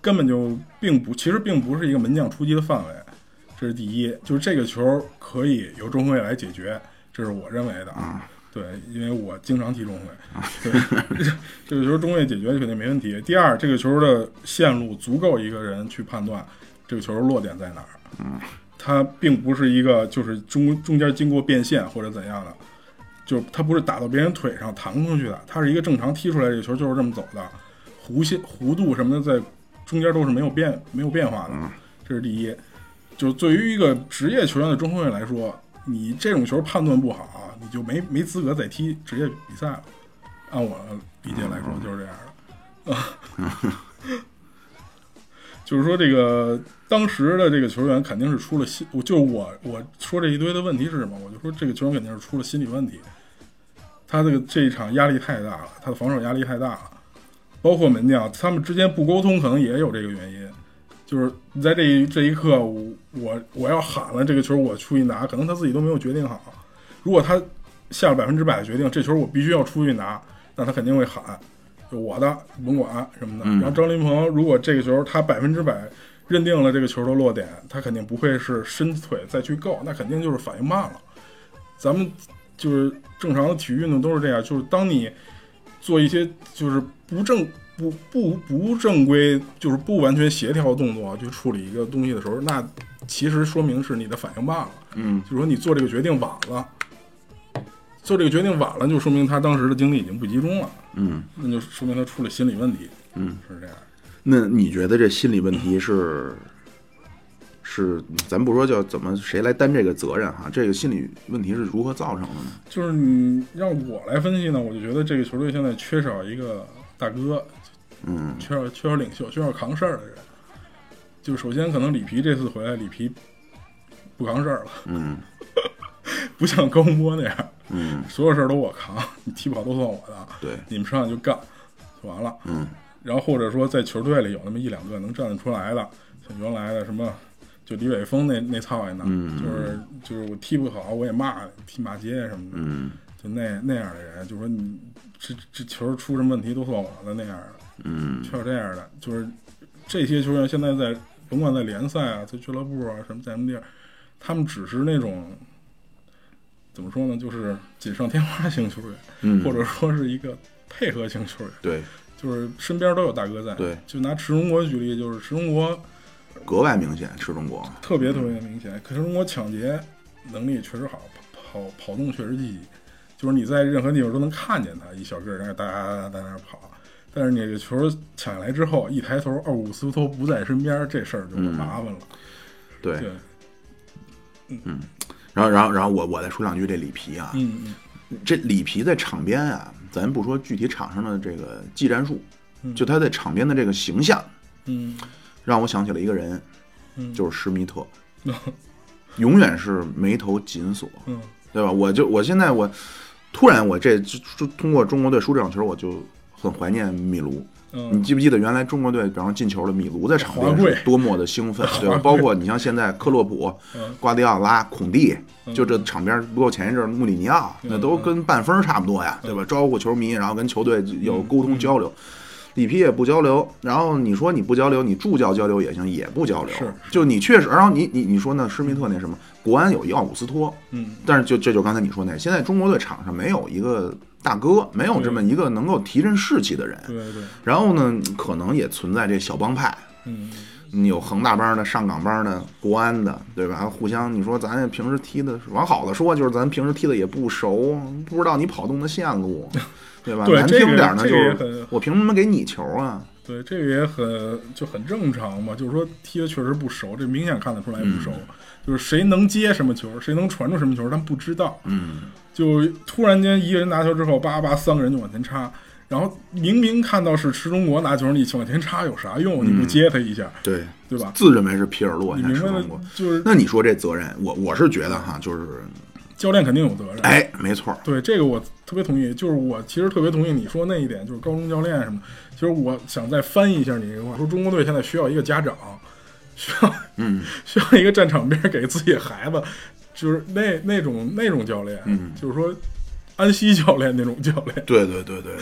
S4: 根本就并不，其实并不是一个门将出击的范围，这是第一，就是这个球可以由中后卫来解决，这是我认为的
S1: 嗯
S4: 啊。对，因为我经常踢中卫，对， 这个球中卫解决肯定没问题。第二，这个球的线路足够一个人去判断这个球落点在哪儿。它并不是一个就是中中间经过变线或者怎样的，就它不是打到别人腿上弹出去的，它是一个正常踢出来这个球就是这么走的，弧线弧度什么的在中间都是没有变没有变化的，这是第一。就是对于一个职业球员的中后卫来说，你这种球判断不好，啊你就没没资格再踢职业比赛了。按我理解来说就是这样的。就是说这个当时的这个球员肯定是出了心，我就我我说这一堆的问题是什么？我就说这个球员肯定是出了心理问题，他这个这一场压力太大了，他的防守压力太大了，包括门将他们之间不沟通，可能也有这个原因。就是你在这一这一刻，我我我要喊了这个球，我出去拿，可能他自己都没有决定好。如果他下了百分之百的决定，这球我必须要出去拿，那他肯定会喊，就我的甭管什么的。
S1: 嗯
S4: 然后张琳芃如果这个球他百分之百认定了这个球的落点，他肯定不会是伸腿再去够，那肯定就是反应慢了。咱们就是正常的体育运动都是这样，就是当你做一些就是不正不不不正规，就是不完全协调的动作去处理一个东西的时候，那其实说明是你的反应慢了，
S1: 嗯
S4: 就是说你做这个决定晚了。做这个决定晚了，就说明他当时的精力已经不集中了，
S1: 嗯
S4: 那就说明他出了心理问题，
S1: 嗯。
S4: 是这样。
S1: 那你觉得这心理问题是是，咱不说叫怎么谁来担这个责任哈，这个心理问题是如何造成的呢？
S4: 就是你让我来分析呢，我就觉得这个球队现在缺少一个大哥，
S1: 嗯
S4: 缺少缺少领袖，缺少扛事儿的人。就首先可能里皮这次回来，里皮不扛事儿了，
S1: 嗯
S4: 不像高洪波那样，
S1: 嗯，
S4: 所有事儿都我扛，你踢不好都算我的，
S1: 对，
S4: 你们上来就干，就完了。
S1: 嗯
S4: 然后或者说在球队里有那么一两个能站得出来的，像原来的什么，就李伟峰那那操也呢，
S1: 嗯
S4: 就是就是我踢不好我也骂踢骂街什么的，
S1: 嗯
S4: 就那那样的人，就说你这这球出什么问题都算我的那样的。
S1: 嗯
S4: 缺少这样的，就是这些球员现在在甭管在联赛啊，在俱乐部啊，什么在什么地儿，他们只是那种怎么说呢，就是锦上添花型球员，
S1: 嗯，
S4: 或者说是一个配合型球员，
S1: 对
S4: 就是身边都有大哥在。
S1: 对，
S4: 就拿池中国举例，就是池中国
S1: 格外明显，池中国，
S4: 特别特别明显，可是中国抢劫能力确实好，跑跑动确实积极，就是你在任何地方都能看见他，一小个儿在那哒哒哒哒在那跑。但是你这球抢下来之后，一抬头，哦奥古斯托不在身边，这事儿就麻烦了。
S1: 嗯对。
S4: 对，
S1: 然后然后然后我我再说两句这里皮啊，
S4: 嗯嗯
S1: 这里皮在场边啊，咱不说具体场上的这个技战术，
S4: 嗯
S1: 就他在场边的这个形象，
S4: 嗯
S1: 让我想起了一个人，
S4: 嗯，
S1: 就是施密特，
S4: 嗯
S1: 永远是眉头紧锁，
S4: 嗯
S1: 对吧？我就我现在我突然我这就就通过中国队输这场球，我就很怀念米卢。你
S4: 嗯
S1: 记不记得原来中国队，比方说进球了，米卢在场
S4: 华
S1: 边
S4: 贵
S1: 是多么的兴 奋，对吧？包括你像现在克洛普、
S4: 嗯
S1: 瓜迪奥拉、孔蒂，
S4: 嗯
S1: 就这场边，不过前一阵儿穆里尼奥，那都跟半分儿差不多呀，
S4: 嗯
S1: 对吧？招呼球迷，然后跟球队有沟通交流。里皮也不交流，然后你说你不交流，你助教交流也行，也不交流。
S4: 是
S1: 就你确实，然后你你你说那施密特那什么，国安有一奥古斯托，
S4: 嗯，
S1: 但是就这就刚才你说那，现在中国队场上没有一个大哥，没有这么一个能够提振士气的人。
S4: 对对，
S1: 然后呢，可能也存在这小帮派，
S4: 嗯
S1: 你有恒大帮的、上港帮的、国安的，对吧？互相，你说咱也平时踢的，往好了说，就是咱平时踢的也不熟，不知道你跑动的线路，对吧？
S4: 对
S1: 难听点儿呢，
S4: 这
S1: 就
S4: 个这个也
S1: 是
S4: 很
S1: 我凭什么给你球啊？
S4: 对，这个也很就很正常嘛，就是说踢的确实不熟，这明显看得出来不熟，
S1: 嗯
S4: 就是谁能接什么球，谁能传出什么球，他们不知道。
S1: 嗯，
S4: 就突然间一个人拿球之后，叭叭三个人就往前插，然后明明看到是池中国拿球，你往前插有啥用？你不接他一下，
S1: 嗯对，
S4: 对吧？
S1: 自认为是皮尔洛，
S4: 你
S1: 现在
S4: 明
S1: 是
S4: 白
S1: 中国
S4: 了。，就是
S1: 那你说这责任，我我是觉得哈，就是
S4: 教练肯定有责任。
S1: 哎，没错儿，
S4: 对这个我特别同意，就是我其实特别同意你说那一点，就是高中教练什么。其实我想再翻译一下你这句话，说中国队现在需要一个家长，需要
S1: 嗯，
S4: 需要一个站场边给自己孩子，就是那那种那种教练，
S1: 嗯
S4: 就是说安西教练那种教 练，
S1: 对对对对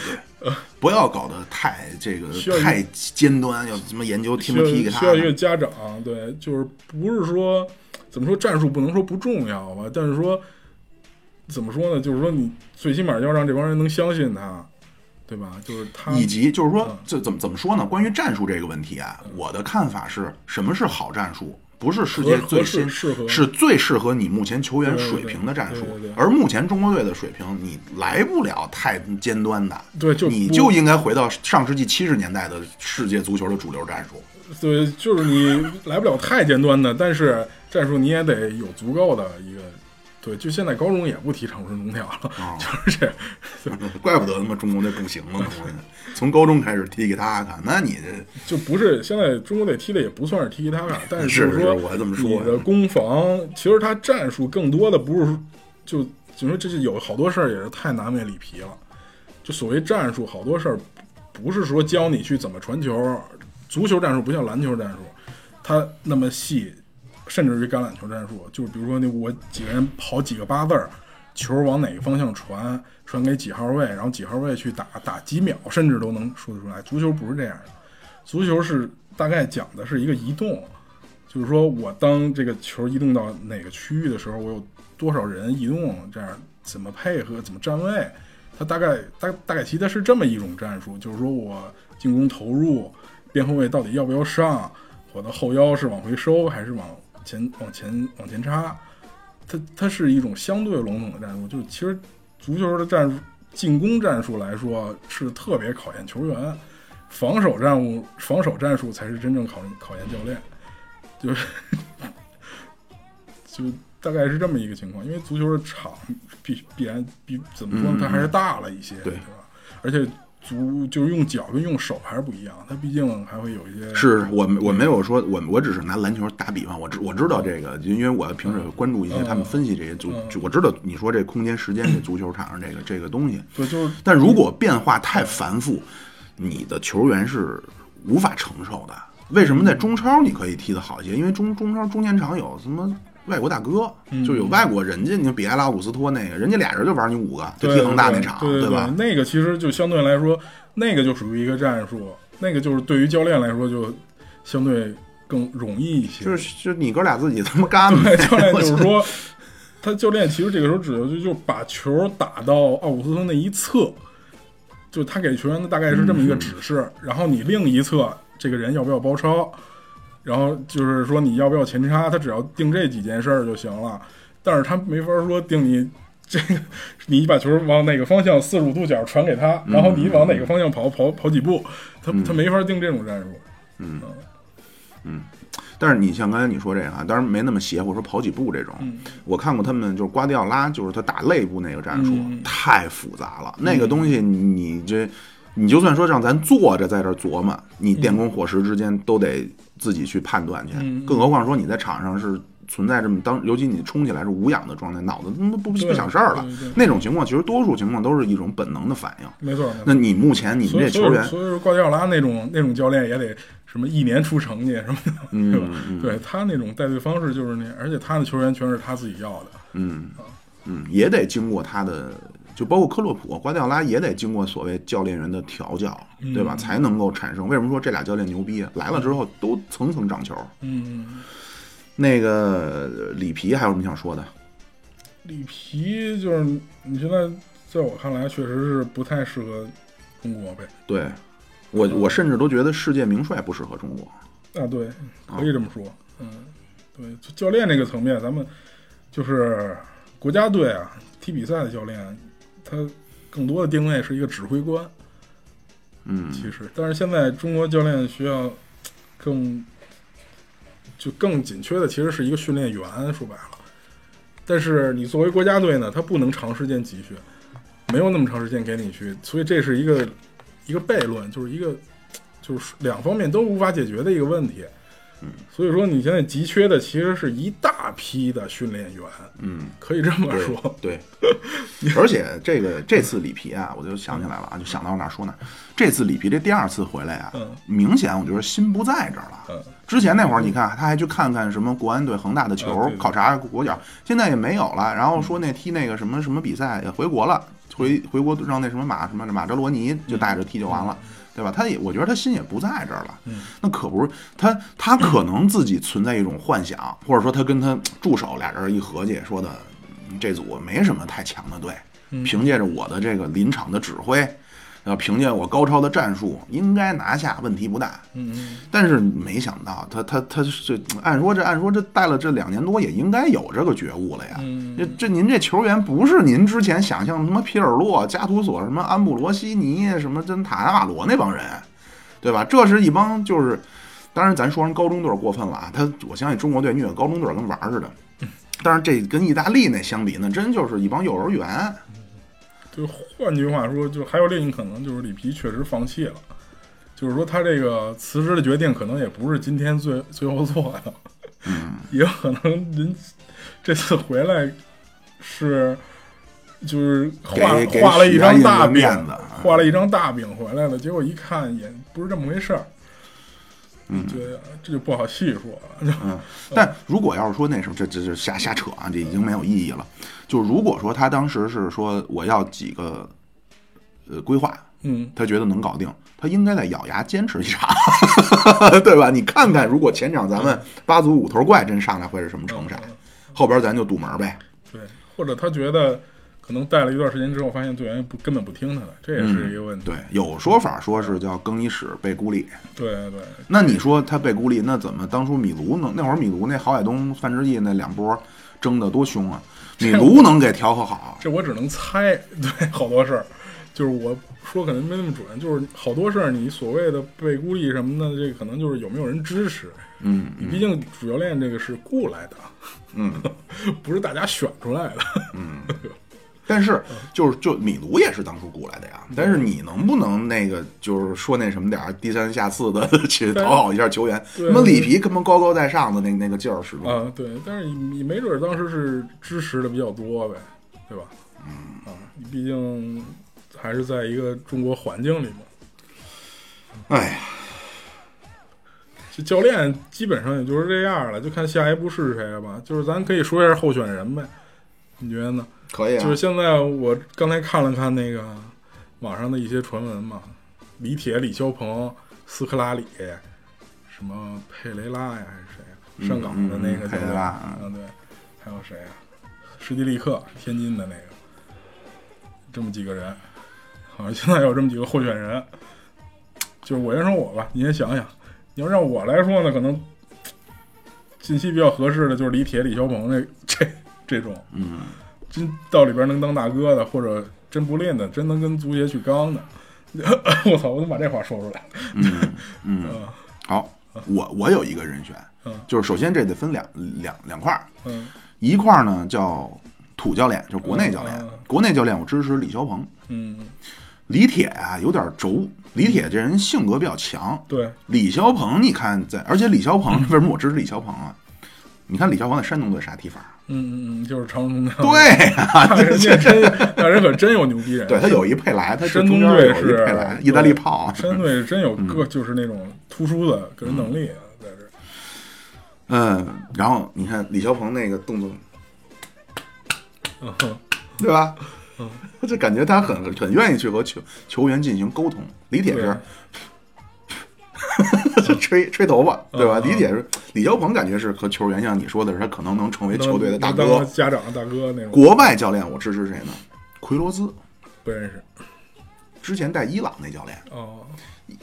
S1: 对，不要搞得太这个
S4: 呃需要一
S1: 太尖端，要什么研究踢
S4: 需
S1: 不
S4: 要
S1: 踢给
S4: 需
S1: 他
S4: 要一个家长，对，就是不是说怎么说战术不能说不重要吧，但是说怎么说呢，就是说你最起码要让这帮人能相信他，对吧？就是他
S1: 以及就是说
S4: 嗯，
S1: 这怎么怎么说呢？关于战术这个问题啊，我的看法是什么是好战术？不是世界
S4: 合
S1: 最
S4: 合适
S1: 新，
S4: 适合
S1: 是最适合你目前球员
S4: 对对
S1: 水
S4: 对
S1: 平的战术
S4: 对对对。
S1: 而目前中国队的水平，你来不了太尖端的，
S4: 对就
S1: 你
S4: 不
S1: 就应该回到上世纪七十年代的世界足球的主流战术。
S4: 对，就是你来不了太尖端的，但是战术你也得有足够的一个。对，就现在高中也不提长春中跳了，
S1: 啊
S4: 就是这样。
S1: 怪不得他妈中国队不行了呢！我从高中开始踢给他看，那你这
S4: 就不是现在中国队踢的也不算是踢踢踏踏，但
S1: 是
S4: 就是说
S1: 是我这么说
S4: 你的攻防，其实他战术更多的不是就就说这是有好多事儿也是太难为里皮了。就所谓战术，好多事儿不不是说教你去怎么传球，足球战术不像篮球战术，它那么细，甚至于橄榄球战术，就是比如说那我几个人跑几个八字儿。球往哪个方向传，传给几号位，然后几号位去打，打几秒甚至都能说得出来。足球不是这样的，足球是大概讲的是一个移动，就是说我当这个球移动到哪个区域的时候，我有多少人移动，这样怎么配合，怎么站位，它大概大大概其的是这么一种战术，就是说我进攻投入，边后卫到底要不要上，我的后腰是往回收还是往前往前往前插，它它是一种相对笼统的战术，就是其实足球的战术进攻战术来说是特别考验球员，防守战术防守战术才是真正考考验教练，就是就大概是这么一个情况，因为足球的场必必然必怎么说呢，它还是大了一些，
S1: 嗯对
S4: 对吧？而且足就是用脚跟用手还是不一样，它毕竟还会有一些
S1: 是我我没有说，我我只是拿篮球打比方，我知我知道这个，因为我平时也关注一些
S4: 嗯
S1: 他们分析这些足
S4: 嗯，
S1: 就我知道你说这空间、时间、这足球场上这个这个东西，
S4: 对，就是
S1: 但如果变化太繁复，你的球员是无法承受的。为什么在中超你可以踢得好一些？因为中中超中间场有什么外国大哥，
S4: 嗯
S1: 就有外国人家，你就比埃拉伍斯托那个，人家俩人就玩你五个，就
S4: 对
S1: 踢
S4: 对
S1: 恒大那
S4: 对
S1: 场，
S4: 对对
S1: 吧？
S4: 那个其实就相对来说，那个就属于一个战术，那个就是对于教练来说就相对更容易一些。
S1: 就是就你哥俩自己他妈干呗
S4: 对，教练
S1: 我
S4: 就是
S1: 觉得
S4: 说， 他教练其实这个时候指的就就把球打到奥古斯通那一侧，就他给球员的大概是这么
S1: 嗯
S4: 一个指示，然后你另一侧这个人要不要包抄，然后就是说你要不要前插，他只要定这几件事儿就行了，但是他没法说定你。这个，你把球往哪个方向四十五度角传给他，然后你往哪个方向跑跑跑几步，他
S1: 嗯
S4: 他没法定这种战术。
S1: 但是你像刚才你说这个啊，当然没那么邪乎，说跑几步这种。
S4: 嗯
S1: 我看过他们就是瓜迪奥拉，就是他打肋部那个
S4: 嗯
S1: 战术、太复杂了，那个东西你这，你就算说让咱坐着在这儿琢磨，你电光火石之间都得自己去判断去，
S4: 嗯
S1: 更何况说你在场上是。存在这么当，尤其你冲起来是无氧的状态，脑子他妈不不
S4: 对
S1: 不想事儿了
S4: 对对。
S1: 那种情况，其实多数情况都是一种本能的反应。
S4: 没错，没错
S1: 那你目前你们
S4: 所以
S1: 这球员，
S4: 所以所以说瓜迪奥拉那种那种教练也得什么一年出成绩什么的，
S1: 嗯
S4: 对吧？对他那种带队方式就是那样，而且他的球员全是他自己要的，
S1: 嗯，嗯，也得经过他的，就包括克洛普、瓜迪奥拉也得经过所谓教练员的调教，
S4: 嗯
S1: 对吧？才能够产生。为什么说这俩教练牛逼啊？来了之后都层层长球。
S4: 嗯，
S1: 那个呃里皮还有什么想说的？
S4: 里皮就是你现在在我看来确实是不太适合中国呗，
S1: 对我，我甚至都觉得世界名帅不适合中国。
S4: 啊，对，可以这么说，嗯，对，就教练这个层面，咱们就是国家队啊，踢比赛的教练，他更多的定位是一个指挥官，
S1: 嗯，
S4: 其实，但是现在中国教练需要更就更紧缺的其实是一个训练员，说白了。但是你作为国家队呢，他不能长时间集训，没有那么长时间给你去，所以这是一个一个悖论，就是一个就是两方面都无法解决的一个问题。嗯，所以说你现在急缺的其实是一大批的训练员，
S1: 嗯，
S4: 可以这么
S1: 对
S4: 说。
S1: 对，而且这个这次里皮啊，我就想起来了啊，就想到哪儿说哪儿。这次里皮这第二次回来啊，
S4: 嗯
S1: 明显我觉得心不在这儿了。
S4: 嗯
S1: 之前那会儿你看他还去看看什么国安对恒大的球，
S4: 啊对对
S1: 考察国脚，现在也没有了。然后说那踢那个什么什么比赛也回国了，
S4: 嗯
S1: 回回国让那什么马什么马扎罗尼就带着踢就完了。对吧？他也，我觉得他心也不在这儿了。
S4: 嗯，
S1: 那可不是他，他可能自己存在一种幻想，或者说他跟他助手俩人一合计说的，嗯这组没什么太强的队，
S4: 嗯
S1: 凭借着我的这个临场的指挥，呃，凭借我高超的战术，应该拿下，问题不大。
S4: 嗯嗯。
S1: 但是没想到他他他是这按说这按说这带了这两年多也应该有这个觉悟了呀。
S4: 嗯
S1: 这这您这球员不是您之前想象什么皮尔洛、加图索、什么安布罗西尼、什么真塔纳瓦罗那帮人，对吧？这是一帮就是，当然咱说人高中队过分了啊，他我相信中国队虐高中队跟玩儿似的。但是这跟意大利那相比，那真就是一帮幼儿园。
S4: 就换句话说，就还有另一可能，就是里皮确实放弃了，就是说他这个辞职的决定可能也不是今天最最后做的，
S1: 嗯
S4: 也有可能人这次回来是就是画
S1: 给给
S4: 画了一张大
S1: 许
S4: 饼
S1: 家印个面子啊，
S4: 画了一张大饼回来了，结果一看也不是这么回事儿。嗯，对，这就不好细说了。
S1: 嗯但如果要是说那时候，这这这瞎瞎扯啊，这已经没有意义了。就如果说他当时是说我要几个呃规划，
S4: 嗯，
S1: 他觉得能搞定，他应该再咬牙坚持一场， 对吧？你看看，如果前场咱们八组五头怪真上来会是什么成色，后边咱就堵门呗。
S4: 对，或者他觉得可能带了一段时间之后，发现队员不根本不听他的，这也是一个问题。
S1: 对，有说法说是叫更衣室被孤立，
S4: 对对，
S1: 那你说他被孤立，那怎么当初米卢能那会儿米卢那郝海东、范志毅那两波争得多凶啊？米卢能给调和好，
S4: 这我只能猜。 对，好多事儿，就是我说可能没那么准，就是好多事儿，你所谓的被孤立什么的，这可能就是有没有人支持。
S1: 嗯，
S4: 你毕竟主教练这个是雇来的，
S1: 嗯，
S4: 不是大家选出来的。
S1: 但是就是就米卢也是当初雇来的
S4: 嗯
S1: 呀，但是你能不能那个就是说那什么点儿低三下四的 去讨好一下球员？
S4: 啊对
S1: 他妈里皮根本高高在上的那那个劲儿始终，
S4: 啊，对，但是你没准儿当时是支持的比较多呗，对吧？嗯啊，你毕竟还是在一个中国环境里嘛，
S1: 哎呀，
S4: 这教练基本上也就是这样了，就看下一步是谁了吧。就是咱可以说一下候选人呗，你觉得呢？
S1: 可以啊
S4: 就是，现在我刚才看了看那个网上的一些传闻嘛，李铁、李霄鹏、斯科拉里，什么佩雷拉呀还是谁呀、啊
S1: 嗯
S4: 上港的那个
S1: 嗯
S4: 教练
S1: 佩雷拉
S4: 啊，对，还有谁呀、施蒂利克，天津的那个，这么几个人，好像现在有这么几个候选人。就是我先说我吧，你先想想。你要让我来说呢，可能近期比较合适的就是李铁、李霄鹏这这这种，
S1: 嗯，
S4: 真到里边能当大哥的，或者真不吝的，真能跟足协去刚的。 我操！我能把这话说出来。
S1: 嗯嗯，好，我我有一个人选
S4: 嗯，
S1: 就是首先这得分两两两块儿，
S4: 嗯
S1: 一块儿呢叫土教练，就是国内教练
S4: 嗯嗯嗯，
S1: 国内教练我支持李霄鹏，
S4: 嗯，
S1: 李铁啊有点轴，李铁这人性格比较强，
S4: 对，
S1: 李霄鹏，你看在，而且李霄鹏为什么我支持李霄鹏啊？你看李霄鹏在山东队啥踢法？
S4: 嗯嗯嗯，就是长城的。，
S1: 对啊 呀、
S4: 人家真，那人可真有牛逼人。啊
S1: 对他有一佩莱，他是
S4: 山
S1: 中
S4: 东
S1: 间
S4: 队
S1: 有一
S4: 是
S1: 佩莱，
S4: 对
S1: 意大利炮。啊
S4: 山队是真有个，就是那种突出的个人能力啊，在这儿。
S1: 嗯，然后你看李霄鹏那个动作，
S4: 嗯哼
S1: 对吧？
S4: 嗯
S1: 就感觉他很很愿意去和球球员进行沟通。李铁是 就吹吹头发，对吧？
S4: 嗯嗯
S1: 李铁是李霄鹏，感觉是和球员像你说的是，他可能能成为
S4: 能
S1: 球队的大
S4: 能
S1: 哥
S4: 当。家长大哥那种。
S1: 国外教练我支持谁呢？奎罗兹，
S4: 不认识。
S1: 之前带伊朗那教练。
S4: 哦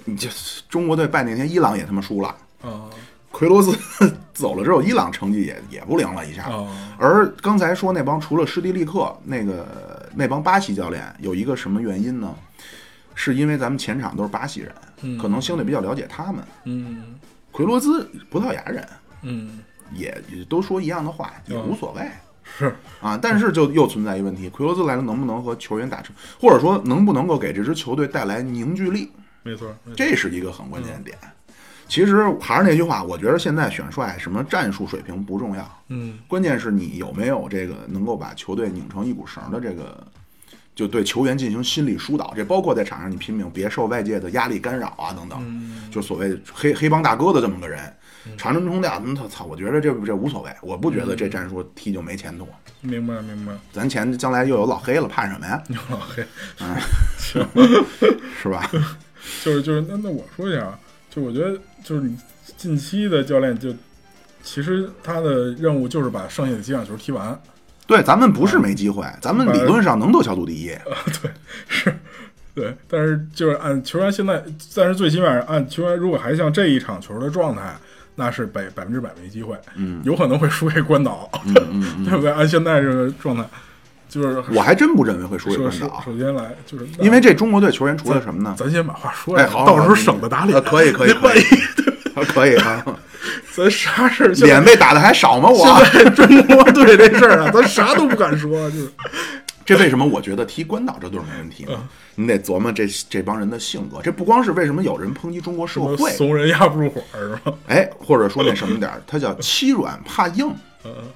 S1: 你这中国队败那天，伊朗也他妈输了，
S4: 哦
S1: 奎罗斯 走了之后，伊朗成绩也也不灵了一下。
S4: 哦，
S1: 而刚才说那帮除了施蒂利克那个那帮巴西教练，有一个什么原因呢？是因为咱们前场都是巴西人，
S4: 嗯
S1: 可能相对比较了解他们。
S4: 嗯
S1: 奎罗兹葡萄牙人
S4: 嗯，
S1: 也也都说一样的话，也
S4: 嗯
S1: 无所谓。
S4: 是
S1: 啊，但是就又存在一个问题，奎罗兹来了能不能和球员打成，或者说能不能够给这支球队带来凝聚力？
S4: 没错，没错
S1: 这是一个很关键的点。其实还是那句话，我觉得现在选帅什么战术水平不重要，
S4: 嗯
S1: 关键是你有没有这个能够把球队拧成一股绳的这个，就对球员进行心理疏导，这包括在场上你拼命，别受外界的压力干扰啊等等，
S4: 嗯
S1: 就所谓黑黑帮大哥的这么个人，长征冲吊，嗯他操，我觉得这这无所谓，我不觉得这战术踢就没前途，
S4: 明白明白。
S1: 咱前将来又有老黑了，怕什么 呀？
S4: 牛老黑。
S1: 是吧？
S4: 就是就是，那那我说一下啊，就我觉得就是你近期的教练就，其实他的任务就是把剩下的几场球踢完，
S1: 对，咱们不是没机会，咱们理论上能得小组第一，
S4: 是，对。但是就是按球员现在，但是最起码按球员如果还像这一场球的状态，那是百百分之百没机会，
S1: 嗯，
S4: 有可能会输给关岛，
S1: 嗯嗯
S4: 对不对？按现在这个状态，就是
S1: 我还真不认为会输给
S4: 首
S1: 关
S4: 首
S1: 岛，
S4: 首先来就是
S1: 因为这中国队球员除了什么呢？
S4: 咱先把话说
S1: 哎，
S4: 了，
S1: 好，
S4: 到时候省得打脸
S1: 啊。可以可 以，可以，可以啊，
S4: 咱啥事儿现在
S1: 脸被打的还少吗？我
S4: 现在中国队这事儿啊，咱啥都不敢说，就是
S1: 这为什么我觉得踢关岛这队没问题
S4: 嗯
S1: 呢？你得琢磨这这帮人的性格，这不光是为什么有人抨击中国社会，
S4: 怂人压不住火儿是吧？
S1: 哎，或者说那什么点儿，他叫欺软怕硬。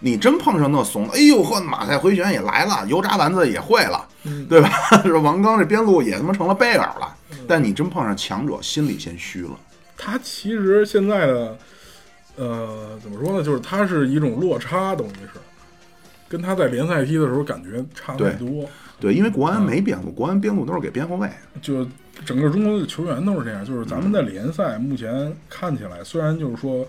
S1: 你真碰上那怂的，哎呦呵，马赛回旋也来了，油炸丸子也会了，
S4: 嗯
S1: 对吧？ 这王刚这边路也他妈成了贝尔了。但你真碰上强者，心里先虚了。
S4: 他其实现在的，呃，怎么说呢？就是他是一种落差，等于是跟他在联赛踢的时候感觉差太多。
S1: 对，因为国
S4: 嗯
S1: 安没边路，国安边路都是给边后卫。
S4: 就整个中国的球员都是这样，就是咱们的联赛目前看起来，虽然就是说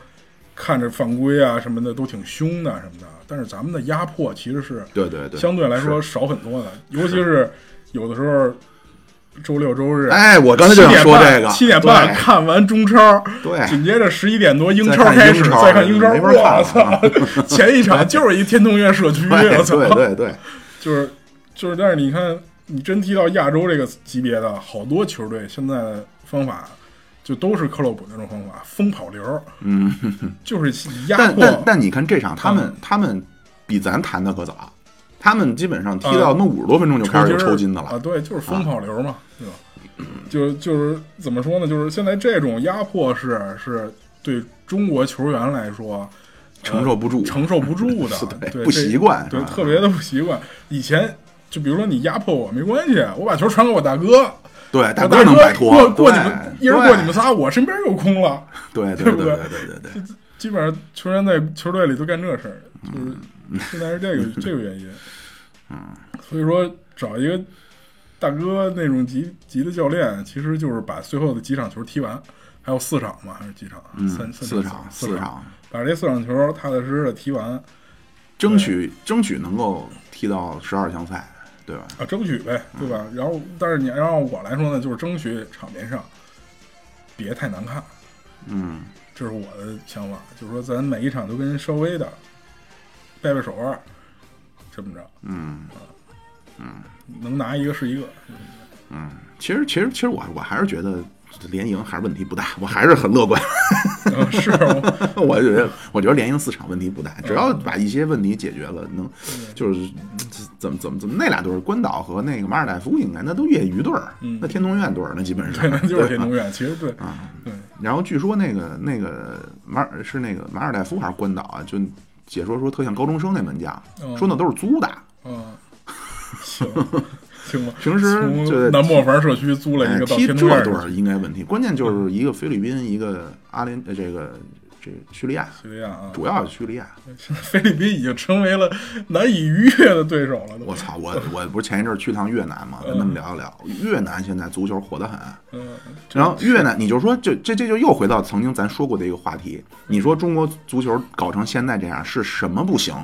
S4: 看着犯规啊什么的都挺凶的啊什么的，但是咱们的压迫其实是
S1: 对对对，
S4: 相对来说
S1: 是，
S4: 少很多的，尤其是有的时候周六周日，
S1: 哎，我刚才就想说这个，
S4: 七点半七点半看完中超，
S1: 对
S4: 紧接着十一点多英
S1: 再
S4: 超
S1: 看
S4: 开始，
S1: 英超
S4: 再看英超，
S1: 没法看啊
S4: 我操！ 前一场就是一天通苑社区，
S1: 对对
S4: 我操，
S1: 对对 对，
S4: 就是就是，但是你看，你真踢到亚洲这个级别的，好多球队现在的方法就都是克洛普那种方法，疯跑流，
S1: 嗯，
S4: 就是以压
S1: 但但
S4: 迫。
S1: 但你看这场，他
S4: 嗯
S1: 们他们比咱谈的可早，他们基本上踢到那五十多分钟就开始有抽筋的
S4: 啊，
S1: 了。
S4: 对，就是疯跑流嘛，对吧？就就是怎么说呢？就是现在这种压迫是是对中国球员来说
S1: 承受不住
S4: 承受不住 的
S1: 是的，
S4: 对，
S1: 不
S4: 这
S1: 习惯啊
S4: 对
S1: 是，吧
S4: 特别的不习惯。以前就比如说你压迫我没关系，我把球传给我大哥，
S1: 对，大
S4: 我大
S1: 哥能摆脱，
S4: 过过你
S1: 对
S4: 们一人过你们，仨，我身边又空了。
S1: 对对
S4: 对
S1: 对
S4: 不
S1: 对
S4: 对
S1: 对对对对，
S4: 基本上球员在球队里都干这事儿，就是现在是这
S1: 嗯
S4: 个这个原因。所以说找一个大哥那种级级的教练，其实就是把最后的几场球踢完，还有四场嘛，还是几场？三
S1: 嗯，
S4: 三
S1: 四
S4: 场
S1: 场四
S4: 场，
S1: 场，
S4: 把这四场球踏踏实实的踢完啊，
S1: 争取争取能够踢到十二强赛，对吧？
S4: 啊争取呗，对吧？
S1: 嗯
S4: 然后，但是你要让我来说呢，就是争取场面上别太难看。
S1: 嗯，
S4: 这是我的想法，就是说咱每一场都跟人稍微的掰掰手腕，儿，这么着，嗯，嗯，能拿一个是一个，
S1: 其实其实其实我我还是觉得连赢还是问题不大，我还是很乐观。
S4: 嗯是我，
S1: 我觉得，我觉得连赢四场问题不大，只要把一些问题解决了，能就是怎么怎么怎么那俩队儿，关岛和那个马尔代夫应该那都业余队儿，那天通苑队儿那基本
S4: 嗯对，那
S1: 上
S4: 就是天
S1: 吧
S4: 通苑，其实对，
S1: 嗯
S4: 对，
S1: 然后据说那个那个马尔是那个马尔代夫还是关岛啊？就解说说特像高中生那门将，
S4: 嗯
S1: 说那都是租的，
S4: 嗯，行，行吧，
S1: 平时就
S4: 从
S1: 得
S4: 南磨房社区租了一
S1: 哎
S4: 个到
S1: 踢
S4: 天
S1: 这
S4: 通
S1: 队
S4: 苑
S1: 儿应该问题。关键就是一个菲律宾，一个阿联，呃这个这个叙利亚，
S4: 叙利亚啊，
S1: 主要是叙利亚。
S4: 现 在菲律宾已经成为了难以逾越的对手了，
S1: 我
S4: 都，
S1: 操，我我不是前一阵儿去趟越南嘛，跟他们聊一聊，越南现在足球火得很。
S4: 嗯，
S1: 然后越南，你就说这这这就又回到曾经咱说过的一个话题，你说中国足球搞成现在这样是什么不行？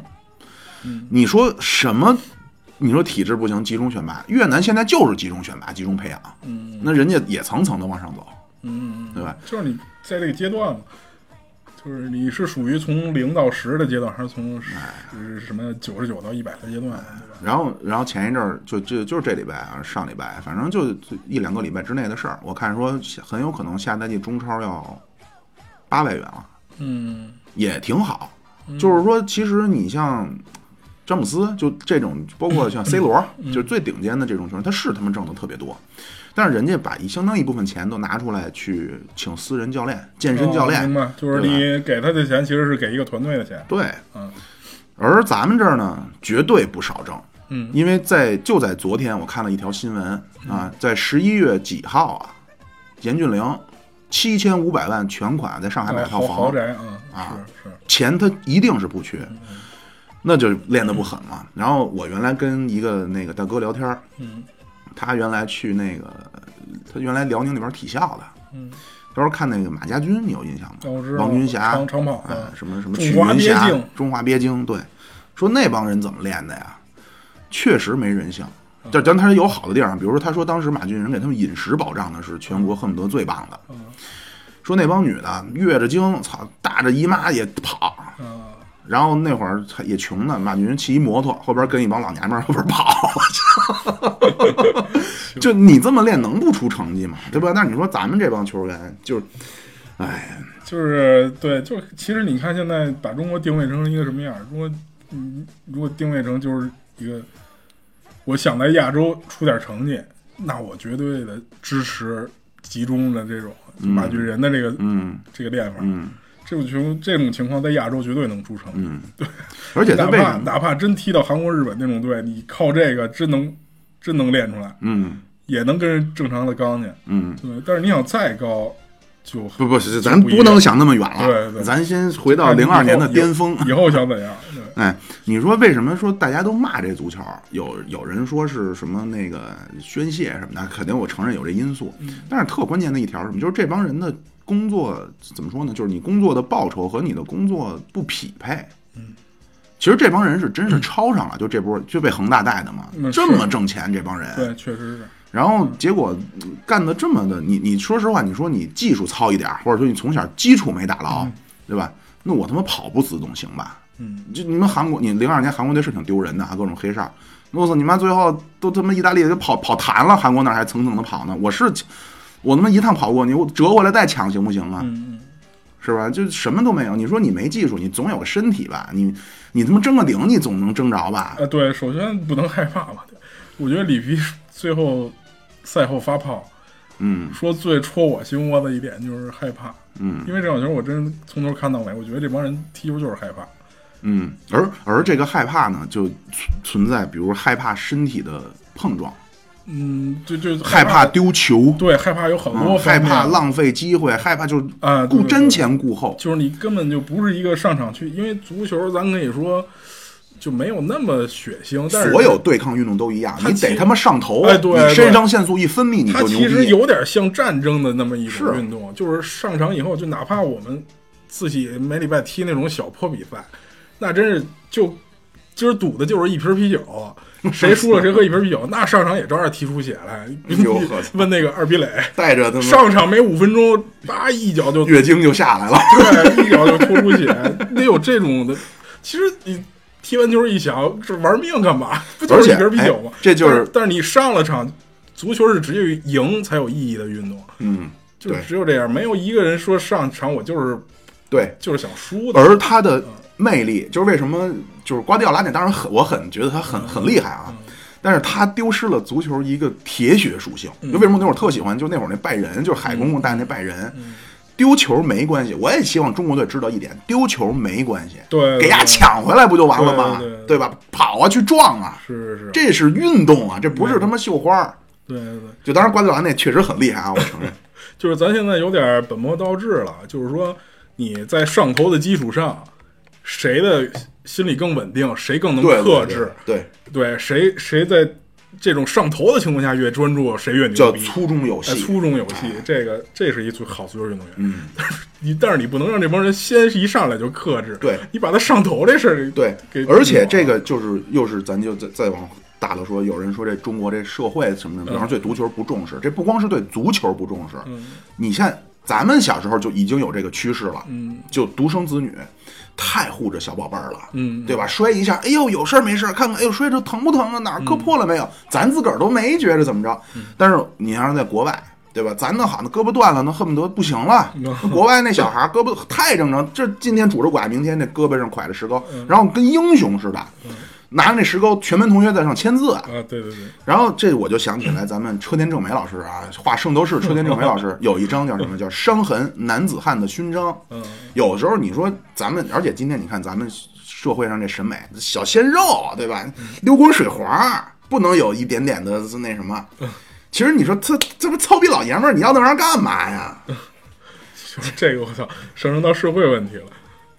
S4: 嗯
S1: 你说什么？你说体制不行，集中选拔，越南现在就是集中选拔、集中培养，那人家也层层的往上走，
S4: 嗯，
S1: 对吧？
S4: 就是你在这个阶段嘛，就是你是属于从零到十的阶段，还是从
S1: 哎
S4: 十什么九十九到一百的阶段，对吧？
S1: 然后，然后前一阵儿就就就是这礼拜啊，上礼拜，反正就就一两个礼拜之内的事儿。我看说很有可能下赛季中超要八百元了，
S4: 嗯，
S1: 也挺好。就是说，其实你像詹姆斯，就这种，包括像 C 罗，
S4: 嗯
S1: 就是最顶尖的这种球员，他是他妈挣的特别多，但是人家把一相当一部分钱都拿出来去请私人教练、健身教
S4: 哦
S1: 练
S4: 明，白，就是你给他的钱其实是给一个团队的钱，
S1: 对，
S4: 嗯
S1: 而咱们这儿呢，绝对不少挣。
S4: 嗯，
S1: 因为在就在昨天，我看了一条新闻啊，在十一月几号啊，严俊凌七千五百万全款在上海买套
S4: 豪
S1: 房，
S4: 豪宅啊，
S1: 啊
S4: 是
S1: 钱他一定是不缺，
S4: 嗯
S1: 那就练得不狠了。然后我原来跟一个那个大哥聊天儿，
S4: 嗯
S1: 他原来去那个他原来辽宁那边体校的，
S4: 嗯
S1: 他说看那个马家军，你有印象吗
S4: 哦我知？道
S1: 王军霞、
S4: 长长跑
S1: 哎
S4: 嗯
S1: 什么什么
S4: 中
S1: 曲
S4: 华
S1: 云
S4: 鳖
S1: 霞
S4: 精、
S1: 中华鳖精，对，说那帮人怎么练的呀？确实没人性。
S4: 嗯
S1: 但但他有好的地儿啊，比如说他说当时马俊仁给他们饮食保障的是全国恨不得最棒
S4: 嗯
S1: 的，说那帮女的月着经，操，大着姨妈也跑，
S4: 是啊，
S1: 然后那会儿他也穷呢，马云骑一摩托，后边跟一帮老娘们儿后边跑， 就你这么练能不出成绩吗？对吧？那你说咱们这帮球员就是，哎，
S4: 就是对，就其实你看现在把中国定位成一个什么样儿？如果嗯，如果定位成就是一个，我想在亚洲出点成绩，那我绝对的支持集中的这种就马俊仁的这个、
S1: 嗯
S4: 这个练法。
S1: 嗯
S4: 这种情这种情况在亚洲绝对能出成，
S1: 嗯，而且他
S4: 哪
S1: 为
S4: 怕
S1: 什么？
S4: 哪怕真踢到韩国、日本那种队，你靠这个真能真能练出来，
S1: 嗯
S4: 也能跟人正常的刚去。
S1: 嗯，
S4: 对，但是你想再高，就
S1: 不不是，
S4: 就
S1: 咱
S4: 不一
S1: 不能
S4: 样
S1: 想那么远
S4: 对
S1: 了，
S4: 对
S1: 咱先回到
S4: 看你
S1: 零二
S4: 以
S1: 年
S4: 后
S1: 的巅峰。
S4: 以后想怎样？对
S1: 哎，你说为什么说大家都骂这足球？有有人说是什么那个宣泄什么的，肯定我承认有这因素。
S4: 嗯
S1: 但是特关键的一条是什么？就是这帮人的工作怎么说呢？就是你工作的报酬和你的工作不匹配。
S4: 嗯
S1: 其实这帮人是真是超上了，就这波就被恒大带的嘛，
S4: 嗯
S1: 这
S4: 是
S1: 么挣钱这帮人。
S4: 对，确实是。
S1: 然后结果嗯干的这么的，你你说实话，你说你技术糙一点儿，或者说你从小基础没打牢，对吧？那我他妈跑不死总行吧？
S4: 嗯，
S1: 就你们韩国，你零二年韩国队是挺丢人的啊，各种黑哨。我操你妈！最后都他妈意大利给跑跑弹了，韩国那儿还蹭蹭的跑呢。我是我他妈一趟跑过你，我折回来再抢行不行啊？
S4: 嗯
S1: 是吧？就什么都没有。你说你没技术，你总有个身体吧？你你他妈争个顶，你总能争着吧
S4: 嗯，？呃，对，首先不能害怕吧。我觉得里皮最后赛后发炮
S1: 嗯
S4: 说最戳我心窝子一点就是害怕，
S1: 嗯。
S4: 因为这场球我真从头看到尾，我觉得这帮人踢球就是害怕。
S1: 嗯，而而这个害怕呢，就存存在，比如害怕身体的碰撞，
S4: 嗯，就就
S1: 害怕丢球，
S4: 对，害怕有很多、
S1: 嗯害怕，浪费机会，害怕就是
S4: 啊对
S1: 顾
S4: 对
S1: 瞻
S4: 对
S1: 前顾后。
S4: 就是你根本就不是一个上场去，因为足球咱可以说就没有那么血腥，但是
S1: 所有对抗运动都一样，
S4: 它
S1: 你
S4: 其
S1: 得他妈上头，
S4: 哎对
S1: 你肾上腺素一分泌你
S4: 它
S1: 就牛逼。啊
S4: 其实有点像战争的那么一种
S1: 是啊
S4: 运动，就是上场以后，就哪怕我们自己每礼拜踢那种小破比赛，那真是就今儿赌的就是一瓶啤酒，谁输 了谁喝一瓶啤酒，那上场也照样踢出血来
S1: 哎呦呵。 嗯
S4: 问那个二逼磊，
S1: 带着他妈
S4: 上场没五分钟，叭一脚就
S1: 月经就下来了。
S4: 对，一脚就拖出血， 得有这种的。其实你踢完球一想，这玩命干嘛？ 不就是一瓶啤酒吗
S1: 而且哎？这就是
S4: 但，但是你上了场，足球是只有赢才有意义的运动，
S1: 嗯，
S4: 就
S1: 对
S4: 只有这样，没有一个人说上场我就是
S1: 对。
S4: 就是想输的。
S1: 而他的魅力，就是为什么就是瓜迪奥拉那，当然很我很觉得他很很厉害
S4: 嗯
S1: 啊，但是他丢失了足球一个铁血属性。
S4: 嗯
S1: 就为什么那会儿特喜欢，就那会儿那拜仁，就是海公公带那拜
S4: 嗯
S1: 仁，丢球没关系。我也希望中国队知道一点，丢球没关系，
S4: 对，
S1: 给
S4: 对
S1: 伢抢回来不就完了吗
S4: 对对对？
S1: 对吧？跑啊，去撞啊，
S4: 是是是，
S1: 这是运动啊，这不是他妈绣花儿。
S4: 对对对。
S1: 就当然瓜迪奥拉那确实很厉害啊，我承 认。
S4: 就是咱现在有点本末倒置了，就是说你在上头的基础上，谁的心理更稳定，谁更能
S1: 对，对
S4: 克
S1: 对
S4: 制。
S1: 对，
S4: 对，谁谁在这种上头的情况下越专注，谁越牛
S1: 叫
S4: 逼。
S1: 粗中有
S4: 哎，
S1: 细。
S4: 粗中有细，这个这是一最好足球运动员。
S1: 嗯，
S4: 你 但是你不能让这帮人先是一上来就克制，
S1: 对
S4: 你把他上头这事儿
S1: 对
S4: 给，啊
S1: 而且这
S4: 个
S1: 个就是又是咱就再再往大了说，有人说这中国这社会什么的，比方说
S4: 嗯
S1: 对足球不重视，这不光是对足球不重视，你像咱们小时候就已经有这个趋势了，
S4: 嗯，
S1: 就独生子女太护着小宝贝儿了，
S4: 嗯
S1: 对吧？摔一下，哎呦有事儿没事儿，看看，哎呦摔着疼不疼啊？哪儿磕
S4: 嗯
S1: 破了没有？咱自个儿都没觉着怎么着，但是你要是在国外。对吧？咱那好，那胳膊断了，那恨不得不行了。国外那小孩儿胳膊太正常，这今天拄着拐，明天那胳膊上挎着石膏，然后跟英雄似的，拿着那石膏，全班同学在上签字啊。
S4: 啊，对对对，
S1: 然后这我就想起来咱们车田正美老师 啊，画圣斗士车田正美老师有一章叫什么？叫《伤痕：男子汉的勋章》。
S4: 嗯，
S1: 有时候你说咱们，而且今天你看咱们社会上这审美，小鲜肉对吧？溜滚水滑，不能有一点点的那什么。其实你说这这不糙逼老爷们儿，你要那玩意儿干嘛 呀？
S4: 就是这个我操，上升到社会问题了。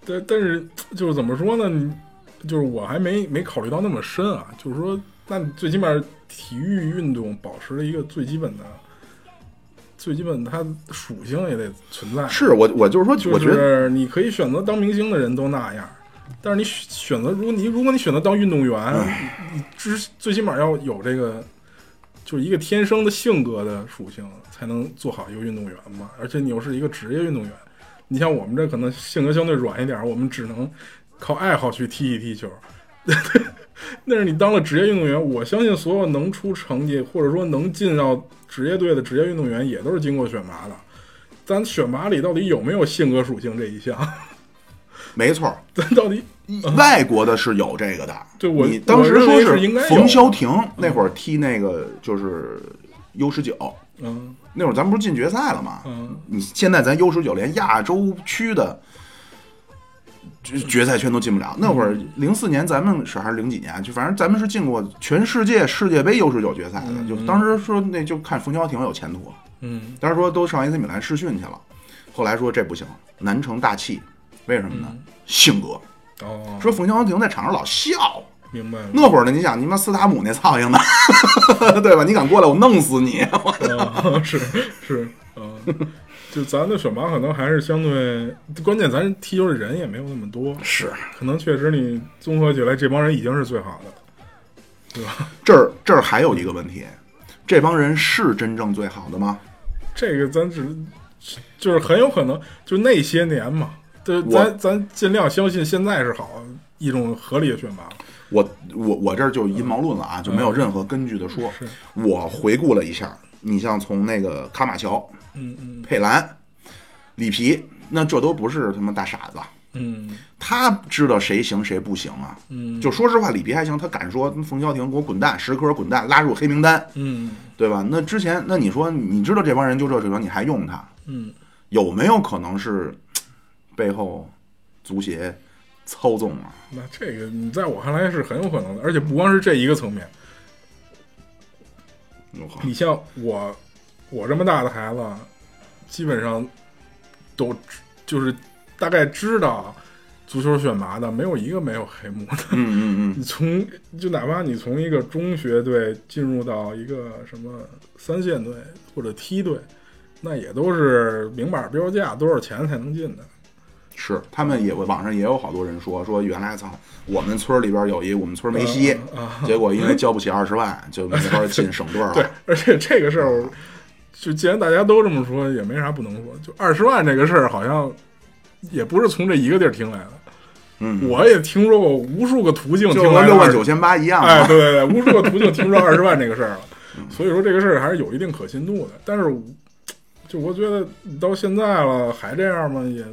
S4: 但但是就是怎么说呢？你就是我还没没考虑到那么深啊，就是说，那你最起码体育运动保持了一个最基本的、最基本它属性也得存在。
S1: 是我我就是说，
S4: 就
S1: 我觉得
S4: 是你可以选择当明星的人都那样，但是你选选择，如果你如果你选择当运动员，你你之最起码要有这个，就是一个天生的性格的属性，才能做好一个运动员嘛。而且你又是一个职业运动员，你像我们这可能性格相对软一点，我们只能靠爱好去踢一踢球。 但是你当了职业运动员，我相信所有能出成绩或者说能进到职业队的职业运动员，也都是经过选拔的。咱选拔里到底有没有性格属性这一项？
S1: 没错儿。
S4: 咱到底
S1: 外国的是有这个的，
S4: 嗯对我
S1: 你当时
S4: 我认
S1: 说
S4: 为是应该有
S1: 冯潇霆那会儿踢那个就是 U 十九，
S4: 嗯
S1: 那会儿咱不是进决赛了吗？
S4: 嗯
S1: 你现在咱 U 十九连亚洲区的决决赛圈都进不了。那会儿零四年咱们是还是零几年啊，就反正咱们是进过全世界世界杯 U 十九决赛的。就当时说那就看冯潇霆有前途，
S4: 嗯
S1: 当时说都上 AC 米兰试训去了。后来说这不行，难成大器，为什么呢？性格。
S4: 哦，
S1: 说冯潇霆在场上老笑，
S4: 明白了，
S1: 那会儿呢，你想你妈斯塔姆那苍蝇呢， 对吧？你敢过来，我弄死你！啊
S4: 哦，是是，嗯，就咱的选拔可能还是相对，关键咱踢球的人也没有那么多，
S1: 是，
S4: 可能确实你综合起来，这帮人已经是最好的了，对吧？
S1: 这儿这儿还有一个问题，这帮人是真正最好的吗？
S4: 这个咱只就是很有可能就那些年嘛，对，
S1: 我
S4: 咱咱尽量相信现在是好一种合理的选拔，
S1: 我我我这儿就阴谋论了啊，就没有任何根据的说。
S4: 嗯是
S1: 我回顾了一下，你像从那个卡马乔、
S4: 嗯嗯
S1: 佩兰、里皮，那这都不是他妈大傻子，
S4: 嗯
S1: 他知道谁行谁不行啊。
S4: 嗯，
S1: 就说实话，里皮还行，他敢说冯潇霆给我滚蛋，十科滚蛋，拉入黑名单，
S4: 嗯
S1: 对吧？那之前，那你说你知道这帮人就这水平，你还用他，
S4: 嗯，
S1: 有没有可能是背后足协操纵啊？
S4: 那这个你在我看来是很有可能的，而且不光是这一个层面。
S1: 我靠
S4: 你像我，我这么大的孩子，基本上都知就是大概知道足球选拔的，没有一个没有黑幕的。
S1: 嗯 嗯嗯，
S4: 你从就哪怕你从一个中学队进入到一个什么三线队或者梯队，那也都是明码标价多少钱才能进的。
S1: 是，他们也网上也有好多人说说原来操，我们村里边有一我们村梅西，
S4: 啊，
S1: 结果因为交不起二十万，就没法进省队
S4: 对
S1: 了。，
S4: 而且这个事儿，我就既然大家都这么说，也没啥不能说。就二十万这个事儿，好像也不是从这一个地儿听来的。
S1: 嗯，
S4: 我也听说过无数个途径
S1: 就
S4: 听
S1: 和
S4: 来
S1: 六
S4: 的
S1: 万九千八一样
S4: 哎，
S1: 嘛。
S4: 对对对，无数个途径听 说二十万这个事儿了，所以说这个事儿还是有一定可信度的。但是我，就我觉得到现在了还这样吗？也，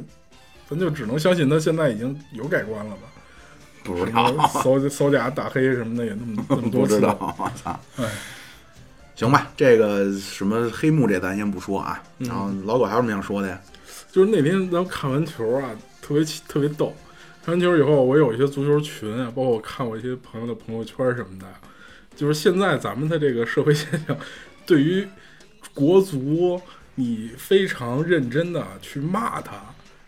S4: 咱就只能相信他现在已经有改观了吧？
S1: 不知
S4: 什
S1: 道，
S4: 么扫扫甲打黑什么的也那么那么
S1: 不
S4: 哎 多
S1: 知
S4: 次，
S1: 道，我操
S4: 哎！
S1: 行吧，这个什么黑幕这咱先不说啊。
S4: 嗯
S1: 然后老狗还有什么想说的呀？
S4: 就是那天咱们看完球啊，特别气特别逗。看完球以后，我有一些足球群啊，包括我看我一些朋友的朋友圈什么的，就是现在咱们的这个社会现象，对于国足，你非常认真的去骂他，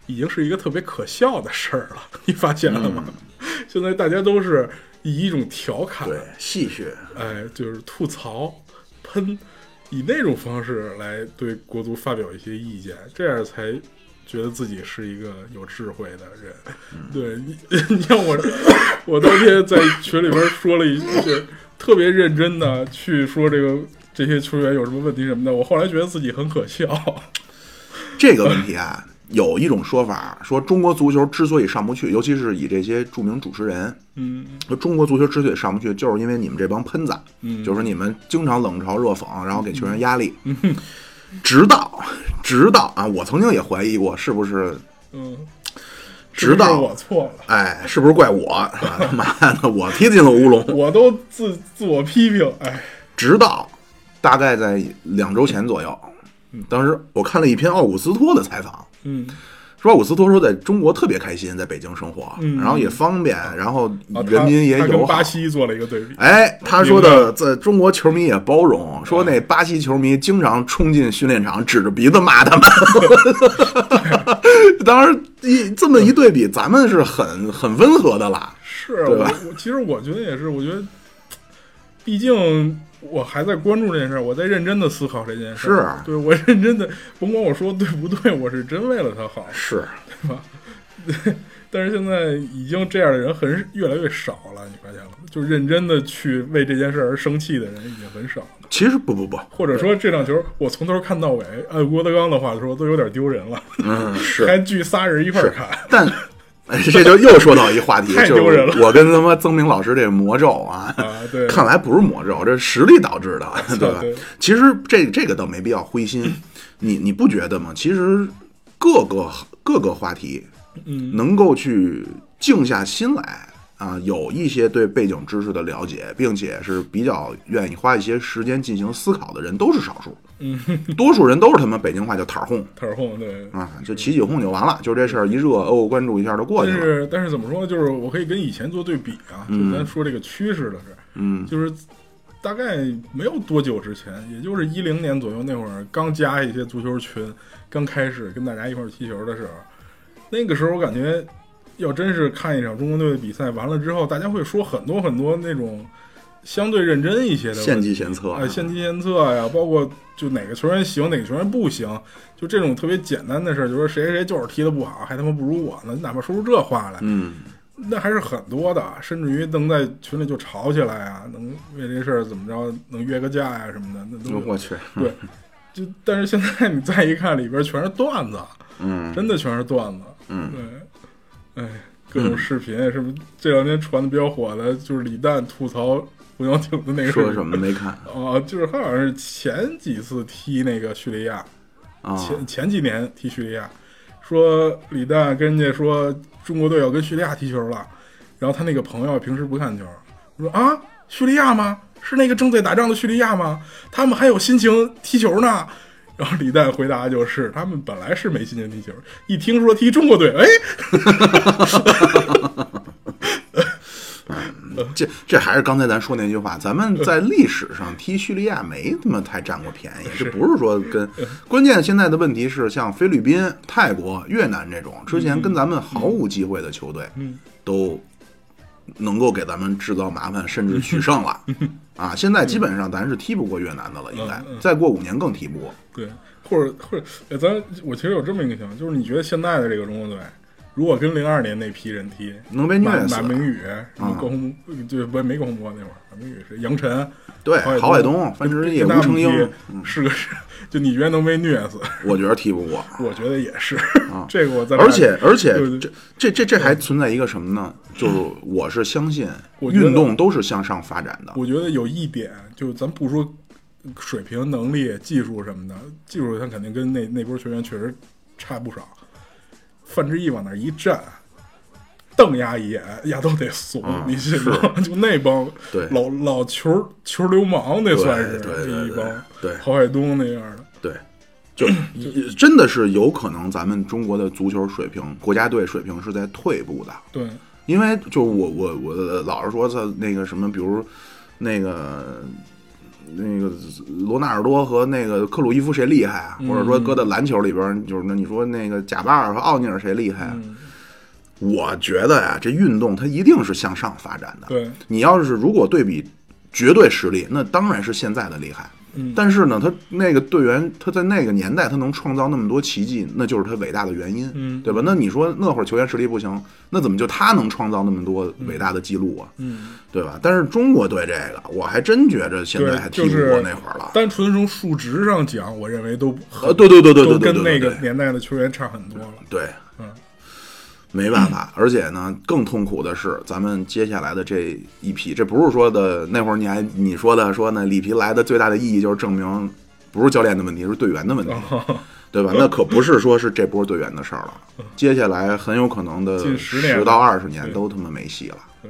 S4: 已经是一个特别可笑的事儿了。你发现了吗？现在大家都是以一种调侃，
S1: 对，戏谑，
S4: 哎，就是吐槽、喷，以那种方式来对国足发表一些意见，这样才觉得自己是一个有智慧的人。
S1: 嗯
S4: 对你， 你像我，我当天在群里边说了一句，特别认真的去说这个这些球员有什么问题什么的，我后来觉得自己很可笑。
S1: 这个问题啊，有一种说法说，中国足球之所以上不去，尤其是以这些著名主持人，
S4: 嗯
S1: 说中国足球之所以上不去，就是因为你们这帮喷子，
S4: 嗯
S1: 就是你们经常冷嘲热讽，然后给球员压力。 直到，直到啊，我曾经也怀疑过是不是，
S4: 嗯，
S1: 直到
S4: 是不是我错了。
S1: 哎，是不是怪我？啊他 妈的，我踢进了乌龙。
S4: 我都自自我批评，哎，
S1: 直到大概在两周前左右，当时我看了一篇奥古斯托的采访，
S4: 嗯，
S1: 说奥古斯托说在中国特别开心，在北京生活，然后也方便，然后
S4: 嗯啊他
S1: 人民也
S4: 他
S1: 友
S4: 跟
S1: 好
S4: 巴。西做了一个对比，
S1: 哎，他说
S4: 明白啊
S1: 的在中国球迷也包容，说那巴西球迷经常冲进训练场指着鼻子骂他们。 当时一这么一对比，咱们是很很温和的啦。
S4: 是
S1: 对
S4: 我
S1: 吧
S4: 我其实我觉得也是，我觉得，毕竟我还在关注这件事儿，我在认真的思考这件事儿。
S1: 是啊
S4: 对我认真的，甭管我说对不对，我是真为了他好。
S1: 是，
S4: 但是现在已经这样的人很越来越少了，你发现了吗？就认真的去为这件事儿而生气的人已经很少了。
S1: 其实不不不，
S4: 或者说这场球我从头看到尾，按郭德纲的话说，都有点丢人了，
S1: 嗯，是
S4: 还聚仨人一块儿看。
S1: 但哎这就又说到一话题，
S4: 太
S1: 就是
S4: 丢人了
S1: 我跟他妈曾明老师这魔咒啊，
S4: 啊 对啊
S1: 看来不是魔咒，这是实力导致的， 对吧？
S4: 对
S1: 其实这这个倒没必要灰心，你你不觉得吗？其实各个各个话题，
S4: 嗯，
S1: 能够去静下心来。啊，有一些对背景知识的了解，并且是比较愿意花一些时间进行思考的人，都是少数。嗯，多数人都是他妈北京话叫“摊儿哄
S4: 特哄对”
S1: 啊，就起起哄就完了，就这事儿一热，哦，关注一下就过去
S4: 但
S1: 了。
S4: 是但是怎么说呢？就是我可以跟以前做对比啊，就咱说这个趋势的事，嗯，就是大概没有多久之前，也就是一零年左右那会儿，刚加一些足球群，刚开始跟大家一块儿踢球的时候，那个时候我感觉，要真是看一场中国队的比赛，完了之后，大家会说很多很多那种相对认真一些的问题
S1: 献计献策
S4: 啊，献计献策呀，包括就哪个球员行，哪个球员不行，就这种特别简单的事儿，就说谁谁谁就是踢得不好，还他妈不如我呢，你哪怕说出这话来，
S1: 嗯，
S4: 那还是很多的，甚至于能在群里就吵起来啊，能为这事儿怎么着能约个架呀、什么的，那都有
S1: 我去，
S4: 对。就但是现在你再一看，里边全是段子，
S1: 嗯，
S4: 真的全是段子。
S1: 嗯
S4: 对，哎，各种视频，是不是这两天传的比较火的，就是李诞吐槽胡小挺的那个
S1: 说的什么没看
S4: 哦，就是他好像是前几次踢那个叙利亚，
S1: 啊？
S4: 前前几年踢叙利亚，说李诞跟人家说中国队要跟叙利亚踢球了，然后他那个朋友平时不看球，说啊，叙利亚吗？是那个正在打仗的叙利亚吗？他们还有心情踢球呢。 然后李诞回答就是，他们本来是没心情踢球，一听说踢中国队，哎，
S1: 这这还是刚才咱说那句话，咱们在历史上踢叙利亚没他妈太占过便宜，这不是说跟关键现在的问题是，像菲律宾、泰国、越南这种之前
S4: 嗯
S1: 跟咱们毫无机会的球队，都能够给咱们制造麻烦，甚至取胜了。啊，现在基本上咱是踢不过越南的了，应该
S4: 嗯嗯
S1: 再过五年更踢不过。
S4: 对，或者或者，呃咱我其实有这么一个想法，就是你觉得现在的这个中国队，如果跟零二年那批人踢，
S1: 能被虐
S4: 马
S1: 死啊
S4: 马明宇、什么高洪，就是不没高洪波那会儿，马明宇是杨晨，
S1: 对，郝海
S4: 海
S1: 东、范志毅、
S4: 跟他
S1: 吴
S4: 们
S1: 成英，嗯
S4: 踢是个是，就你觉得能被虐死？
S1: 我觉得踢不过。
S4: 我觉得也是，这个我在，
S1: 啊而且而且
S4: 对对
S1: 这这这这还存在一个什么呢？就是我是相信
S4: 嗯我觉得
S1: 运动都是向上发展的。
S4: 我觉得有一点，就咱不说水平、能力、技术什么的，技术他肯定跟那那波球员确实差不少。范志毅往那儿一站，瞪丫一眼，丫都得怂，
S1: 嗯
S4: 你信吗？ 就那帮
S1: 对
S4: 老老球球流氓，那算是
S1: 对对
S4: 这一
S1: 对
S4: 帮，
S1: 对
S4: 郝海东那样的，
S1: 对，就真的是有可能咱们中国的足球水平、国家队水平是在退步的。
S4: 对，
S1: 因为就我我我老是说他那个什么，比如那个那个罗纳尔多和那个克鲁伊夫谁厉害啊？或者说搁到篮球里边儿，就是那你说那个贾巴尔和奥尼尔谁厉害啊？我觉得呀、这运动它一定是向上发展的。
S4: 对，
S1: 你要是如果对比绝对实力，那当然是现在的厉害。
S4: 嗯
S1: 但是呢，他那个队员，他在那个年代，他能创造那么多奇迹，那就是他伟大的原因，
S4: 嗯
S1: 对吧？那你说那会儿球员实力不行，那怎么就他能创造那么多伟大的记录啊，
S4: 嗯，
S1: 对吧？但是中国队这个，我还真觉着现在
S4: 对
S1: 还，踢
S4: 就
S1: 不过
S4: 是
S1: 那会儿了。
S4: 单纯从数值上讲，我认为都
S1: 呃，
S4: 很
S1: 对对对对对
S4: 都
S1: 对对
S4: 跟那
S1: 对
S4: 个
S1: 对，
S4: 年代的球员差很多了。
S1: 对，
S4: 嗯，
S1: 没办法。 而且呢，更痛苦的是，咱们接下来的这一批，这不是说的那会儿你还你说的说呢，里皮来的最大的意义就是证明不是教练的问题，是队员的问题，哦对 吧？那可不是说是这波队员的事儿了，接下来很有可能的
S4: 近10年
S1: 嗯十到二十年
S4: 对
S1: 都他妈没戏了。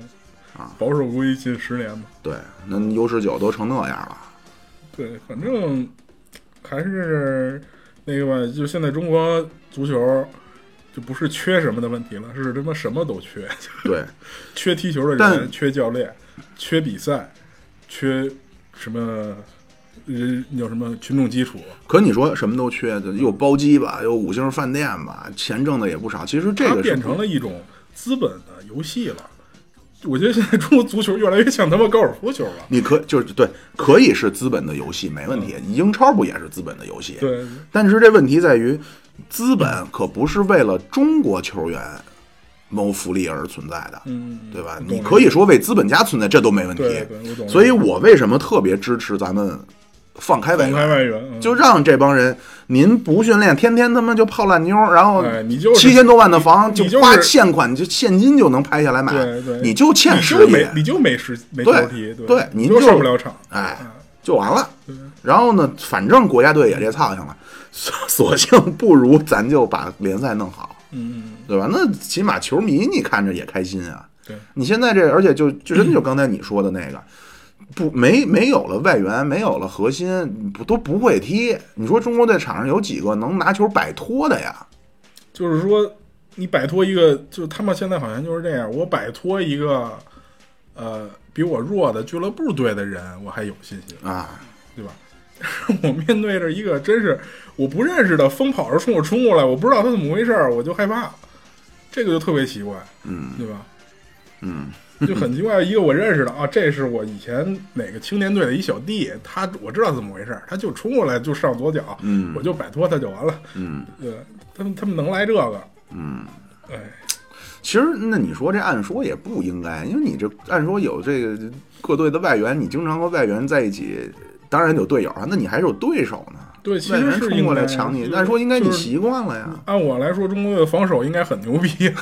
S4: 保守估计近十年吧。
S1: 对，那 U 十九都成那样了，
S4: 对，反正还是那个吧，就现在中国足球就不是缺什么的问题了，是他妈什么都缺，
S1: 对。
S4: 缺踢球的
S1: 但
S4: 人，缺教练，缺比赛，缺什么人有什么群众基础，
S1: 可你说什么都缺，又包机吧，又五星饭店吧，钱挣的也不少。其实这
S4: 它
S1: 个是
S4: 变成了一种资本的游戏了。我觉得现在中国足球越来越像他妈高尔夫球了。
S1: 你可就是对，可以是资本的游戏，没问题。英超不也是资本的游戏？。
S4: 嗯对，
S1: 但是这问题在于，资本可不是为了中国球员谋福利而存在的，
S4: 嗯，
S1: 对吧？
S4: 我懂
S1: 你可以说为资本家存在，这都没问题。
S4: 对对我懂
S1: 所以我为什么特别支持咱们放开外
S4: 放
S1: 援
S4: 开外援，嗯
S1: 哎就让这帮人，您不训练，天天他妈就泡烂妞，然后
S4: 哎你就是
S1: 七千多万的房，
S4: 你你就是
S1: 花现款就现金就能拍下来买
S4: 对对，
S1: 你就欠
S4: 你
S1: 十
S4: 就
S1: 亿
S4: 没，你就没时没
S1: 对
S4: 招踢，
S1: 对
S4: 你
S1: 您
S4: 就
S1: 就
S4: 上不了场。
S1: 哎
S4: 嗯，
S1: 就完了。然后呢，反正国家队也这操性了，索索性不如咱就把联赛弄好，
S4: 嗯，
S1: 对吧？那起码球迷你看着也开心啊。
S4: 对，
S1: 你现在这，而且就就真的就刚才你说的那个，不没没有了外援，没有了核心，不都不会踢。你说中国队场上有几个能拿球摆脱的呀？
S4: 就是说你摆脱一个，就是他们现在好像就是这样，我摆脱一个，呃，比比我弱的俱乐部队的人，我还有信心，
S1: 啊，
S4: 对吧？ 我面对着一个真是我不认识的风跑着冲我冲过来，我不知道他怎么回事儿，我就害怕，这个就特别奇怪，
S1: 嗯
S4: 对吧？
S1: 嗯
S4: 就很奇怪，一个我认识的啊，这是我以前哪个青年队的一小弟，他我知道怎么回事儿，他就冲过来就上左脚，
S1: 嗯，
S4: 我就摆脱他就完了。
S1: 嗯
S4: 呃，他们他们能来这个，
S1: 嗯。
S4: 哎，
S1: 其实，那你说这按说也不应该，因为你这按说有这个各队的外援，你经常和外援在一起，当然有队友啊，那你还是有对手呢。
S4: 对，其
S1: 外
S4: 实
S1: 援
S4: 是
S1: 冲
S4: 应
S1: 过
S4: 该
S1: 来抢你，
S4: 就是
S1: 按说应该你
S4: 就是
S1: 习惯了呀。
S4: 按我来说，中国队的防守应该很牛逼、啊，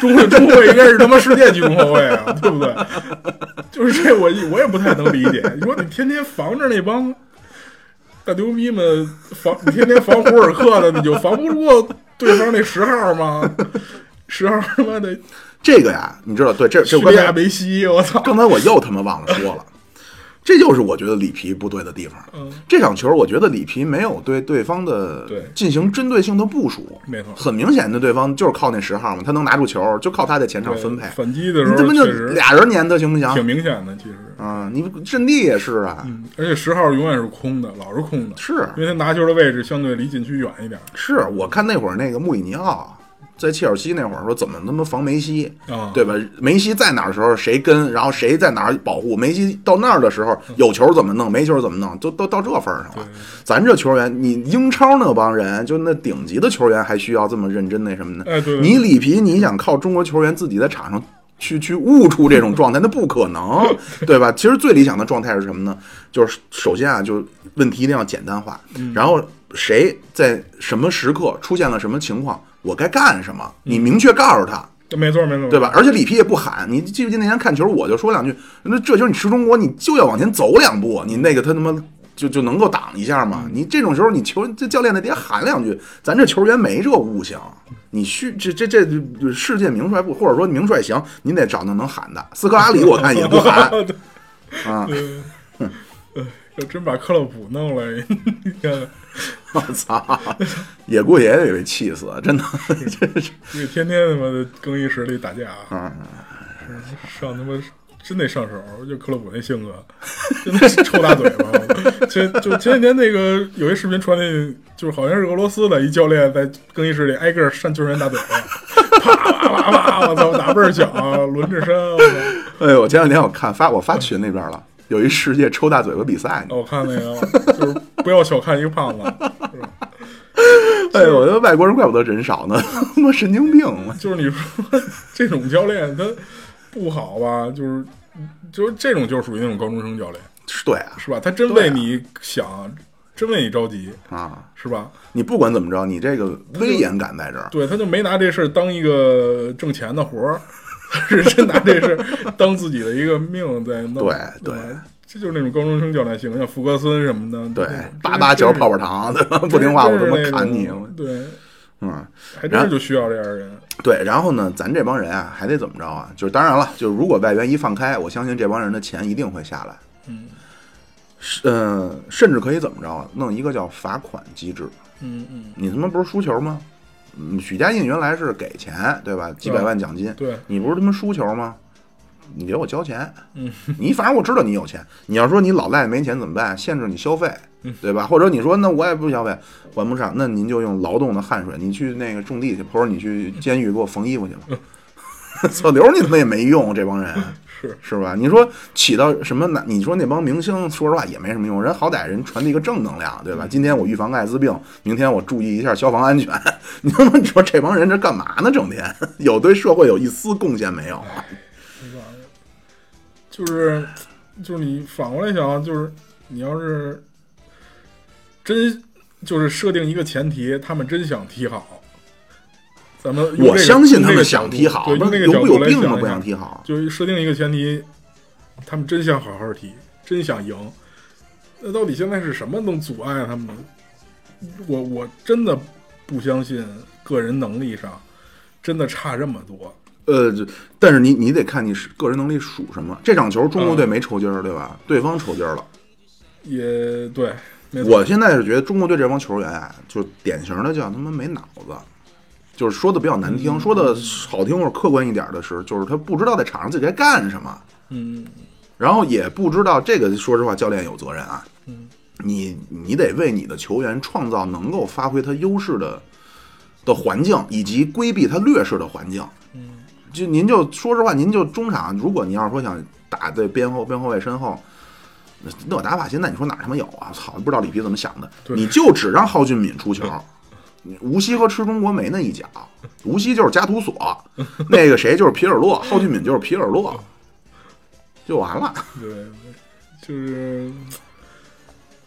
S4: 中国中后卫应该是他妈世界级中后卫啊，对不对？ 就是这我我也不太能理解。你说你天天防着那帮大牛逼们防，你天天防胡尔克的，你就防不过对方那十号吗？十号他妈的
S1: 这个呀，你知道，对，这
S4: 叙
S1: 这我刚
S4: 利亚
S1: 才
S4: 梅西，我操！
S1: 刚才我又他妈忘了说了， 这就是我觉得里皮不对的地方。
S4: 嗯，
S1: 这场球，我觉得里皮没有对对方的
S4: 对
S1: 进行针对性的部署，
S4: 没错
S1: 很明显的对方就是靠那十号嘛，他能拿住球，就靠他在前场
S4: 对
S1: 分配，
S4: 反击的
S1: 你
S4: 时候
S1: 他妈就
S4: 确实
S1: 俩人粘他行不行？
S4: 挺明显的，其实。
S1: 啊，你阵地也是啊，
S4: 嗯，而且十号永远是空的，老是空的，
S1: 是
S4: 因为他拿球的位置相对离禁区远一点
S1: 是，我看那会儿那个穆里尼奥在切尔西那会儿说怎么他妈防梅西，
S4: 啊。
S1: 对吧？梅西在哪儿的时候谁跟，然后谁在哪儿保护，梅西到那儿的时候
S4: 嗯
S1: 有球怎么弄，没球怎么弄，都都到这份儿上了。咱这球员，你英超那帮人，就那顶级的球员还需要这么认真那什么呢？
S4: 哎对对
S1: 你里皮，你想靠中国球员自己在场上去去悟出这种状态，那不可 能，对吧？其实最理想的状态是什么呢？就是首先啊，就是问题一定要简单化，
S4: 嗯
S1: 然后谁在什么时刻出现了什么情况，我该干什么，
S4: 嗯
S1: 你明确告诉他。
S4: 没错没错，
S1: 对吧？？而且里皮也不喊，你记不记得那天看球，我就说两句，那这就是你吃中国，你就要往前走两步，你那个他他妈就就能够挡一下嘛。你这种时候，你球这教练得得喊两句，咱这球员没这悟性，你需这这这这世界名帅不，或者说名帅行，您得找那能喊的。斯科拉里我看也不 喊 啊，
S4: 嗯，要真把克洛普弄了， 你看看
S1: 我操，也估计也得被气死，真的，真是
S4: 这个天天他妈的更衣室里打架，
S1: 啊。
S4: 上他妈真得上手，就克洛普那性格，真的是臭大嘴巴。前就前几天那个有一视频传进，就是好像是俄罗斯的一教练在更衣室里挨个扇球员大嘴巴，啪啪啪啪，我操，打倍儿响，轮着扇，我操。
S1: 哎呦，前两天我看发我发群那边了，有一世界抽大嘴巴比赛呢。
S4: 我看那个就是不要小看一个胖子，是吧？
S1: 哎呦，我觉得外国人怪不得人少呢，他妈神经病！我
S4: 就是你说这种教练他不好吧？就是就是这种就是属于那种高中生教练，
S1: 对啊，
S4: 是吧？他真为你想，真为你着急，
S1: 啊，
S4: 是吧？
S1: 你不管怎么着，你这个威严感在这儿。
S4: 对，他就没拿这事儿当一个挣钱的活儿， 他是真拿这事儿当自己的一个命在弄。
S1: 对
S4: 对吧
S1: 对
S4: 这就是那种高中生教练性格，像福格森什么的，
S1: 对
S4: 那种，
S1: 叭叭嚼泡
S4: 真
S1: 泡糖， 对吧？不听话我
S4: 真
S1: 他
S4: 是
S1: 妈
S4: 那
S1: 砍你！
S4: 种
S1: 我
S4: 对，
S1: 嗯，
S4: 还真
S1: 然
S4: 是
S1: 后
S4: 就需要这样的人。
S1: 对。然后呢，咱这帮人啊，还得怎么着啊？就是当然了，就是如果外援一放开，我相信这帮人的钱一定会下来。
S4: 嗯
S1: 是呃，甚至可以怎么着啊？弄一个叫罚款机制。
S4: 嗯嗯，
S1: 你他妈不是输球吗？嗯，许家印原来是给钱，对吧？几百万奖金，
S4: 对，
S1: 你不是他妈输球吗？你给我交钱，
S4: 嗯，
S1: 你反正我知道你有钱。你要说你老赖没钱怎么办？限制你消费，
S4: 嗯
S1: 对吧？或者你说那我也不消费，还不上，那您就用劳动的汗水，你去那个种地去，或者你去监狱给我缝衣服去吧。 草流你他妈也没用，这帮人
S4: 是
S1: 是吧？你说起到什么呢？你说那帮明星，说实话也没什么用，人好歹人传递一个正能量，对
S4: 嗯
S1: 吧？今天我预防艾滋病，明天我注意一下消防安全。你他妈你说这帮人这干嘛呢？整天有对社会有一丝贡献没有？啊
S4: 就是就是你反过来想，啊就是你要是真就是设定一个前提，他们真想踢好，咱们用这个
S1: 我相信他
S4: 用这
S1: 们
S4: 个
S1: 想
S4: 角度
S1: 踢好，
S4: 对，
S1: 不
S4: 用那
S1: 是
S4: 个
S1: 有不
S4: 角度
S1: 有
S4: 来
S1: 病
S4: 想
S1: 吗？
S4: 一
S1: 不
S4: 下
S1: 想踢好，
S4: 就是设定一个前提，他们真想好好踢，真想赢。那到底现在是什么能阻碍他们呢？我我真的不相信个人能力上真的差这么多。
S1: 呃，这但是你你得看你是个人能力属什么。这场球中国队没抽筋儿，对吧？对方抽筋儿了。
S4: 也对，没错
S1: 我现在是觉得中国队这帮球员啊，就典型的叫他妈没脑子，就是说的比较难听，说的好听或者客观一点的是，就是他不知道在场上自己该干什么。
S4: 嗯，
S1: 然后也不知道这个，说实话，教练有责任啊。
S4: 嗯，
S1: 你你得为你的球员创造能够发挥他优势的的环境，以及规避他劣势的环境。
S4: 嗯，
S1: 就您就说实话，您就中场，如果您要是说想打对边后边后卫身后。那那打法现在你说哪儿他妈有啊？操，不知道里皮怎么想的，
S4: 对
S1: 你就只让蒿俊闵出球，无锡和吃中国没那一脚，无锡就是加图索，那个谁就是皮尔洛，蒿俊闵就是皮尔洛，就完了。
S4: 对，就是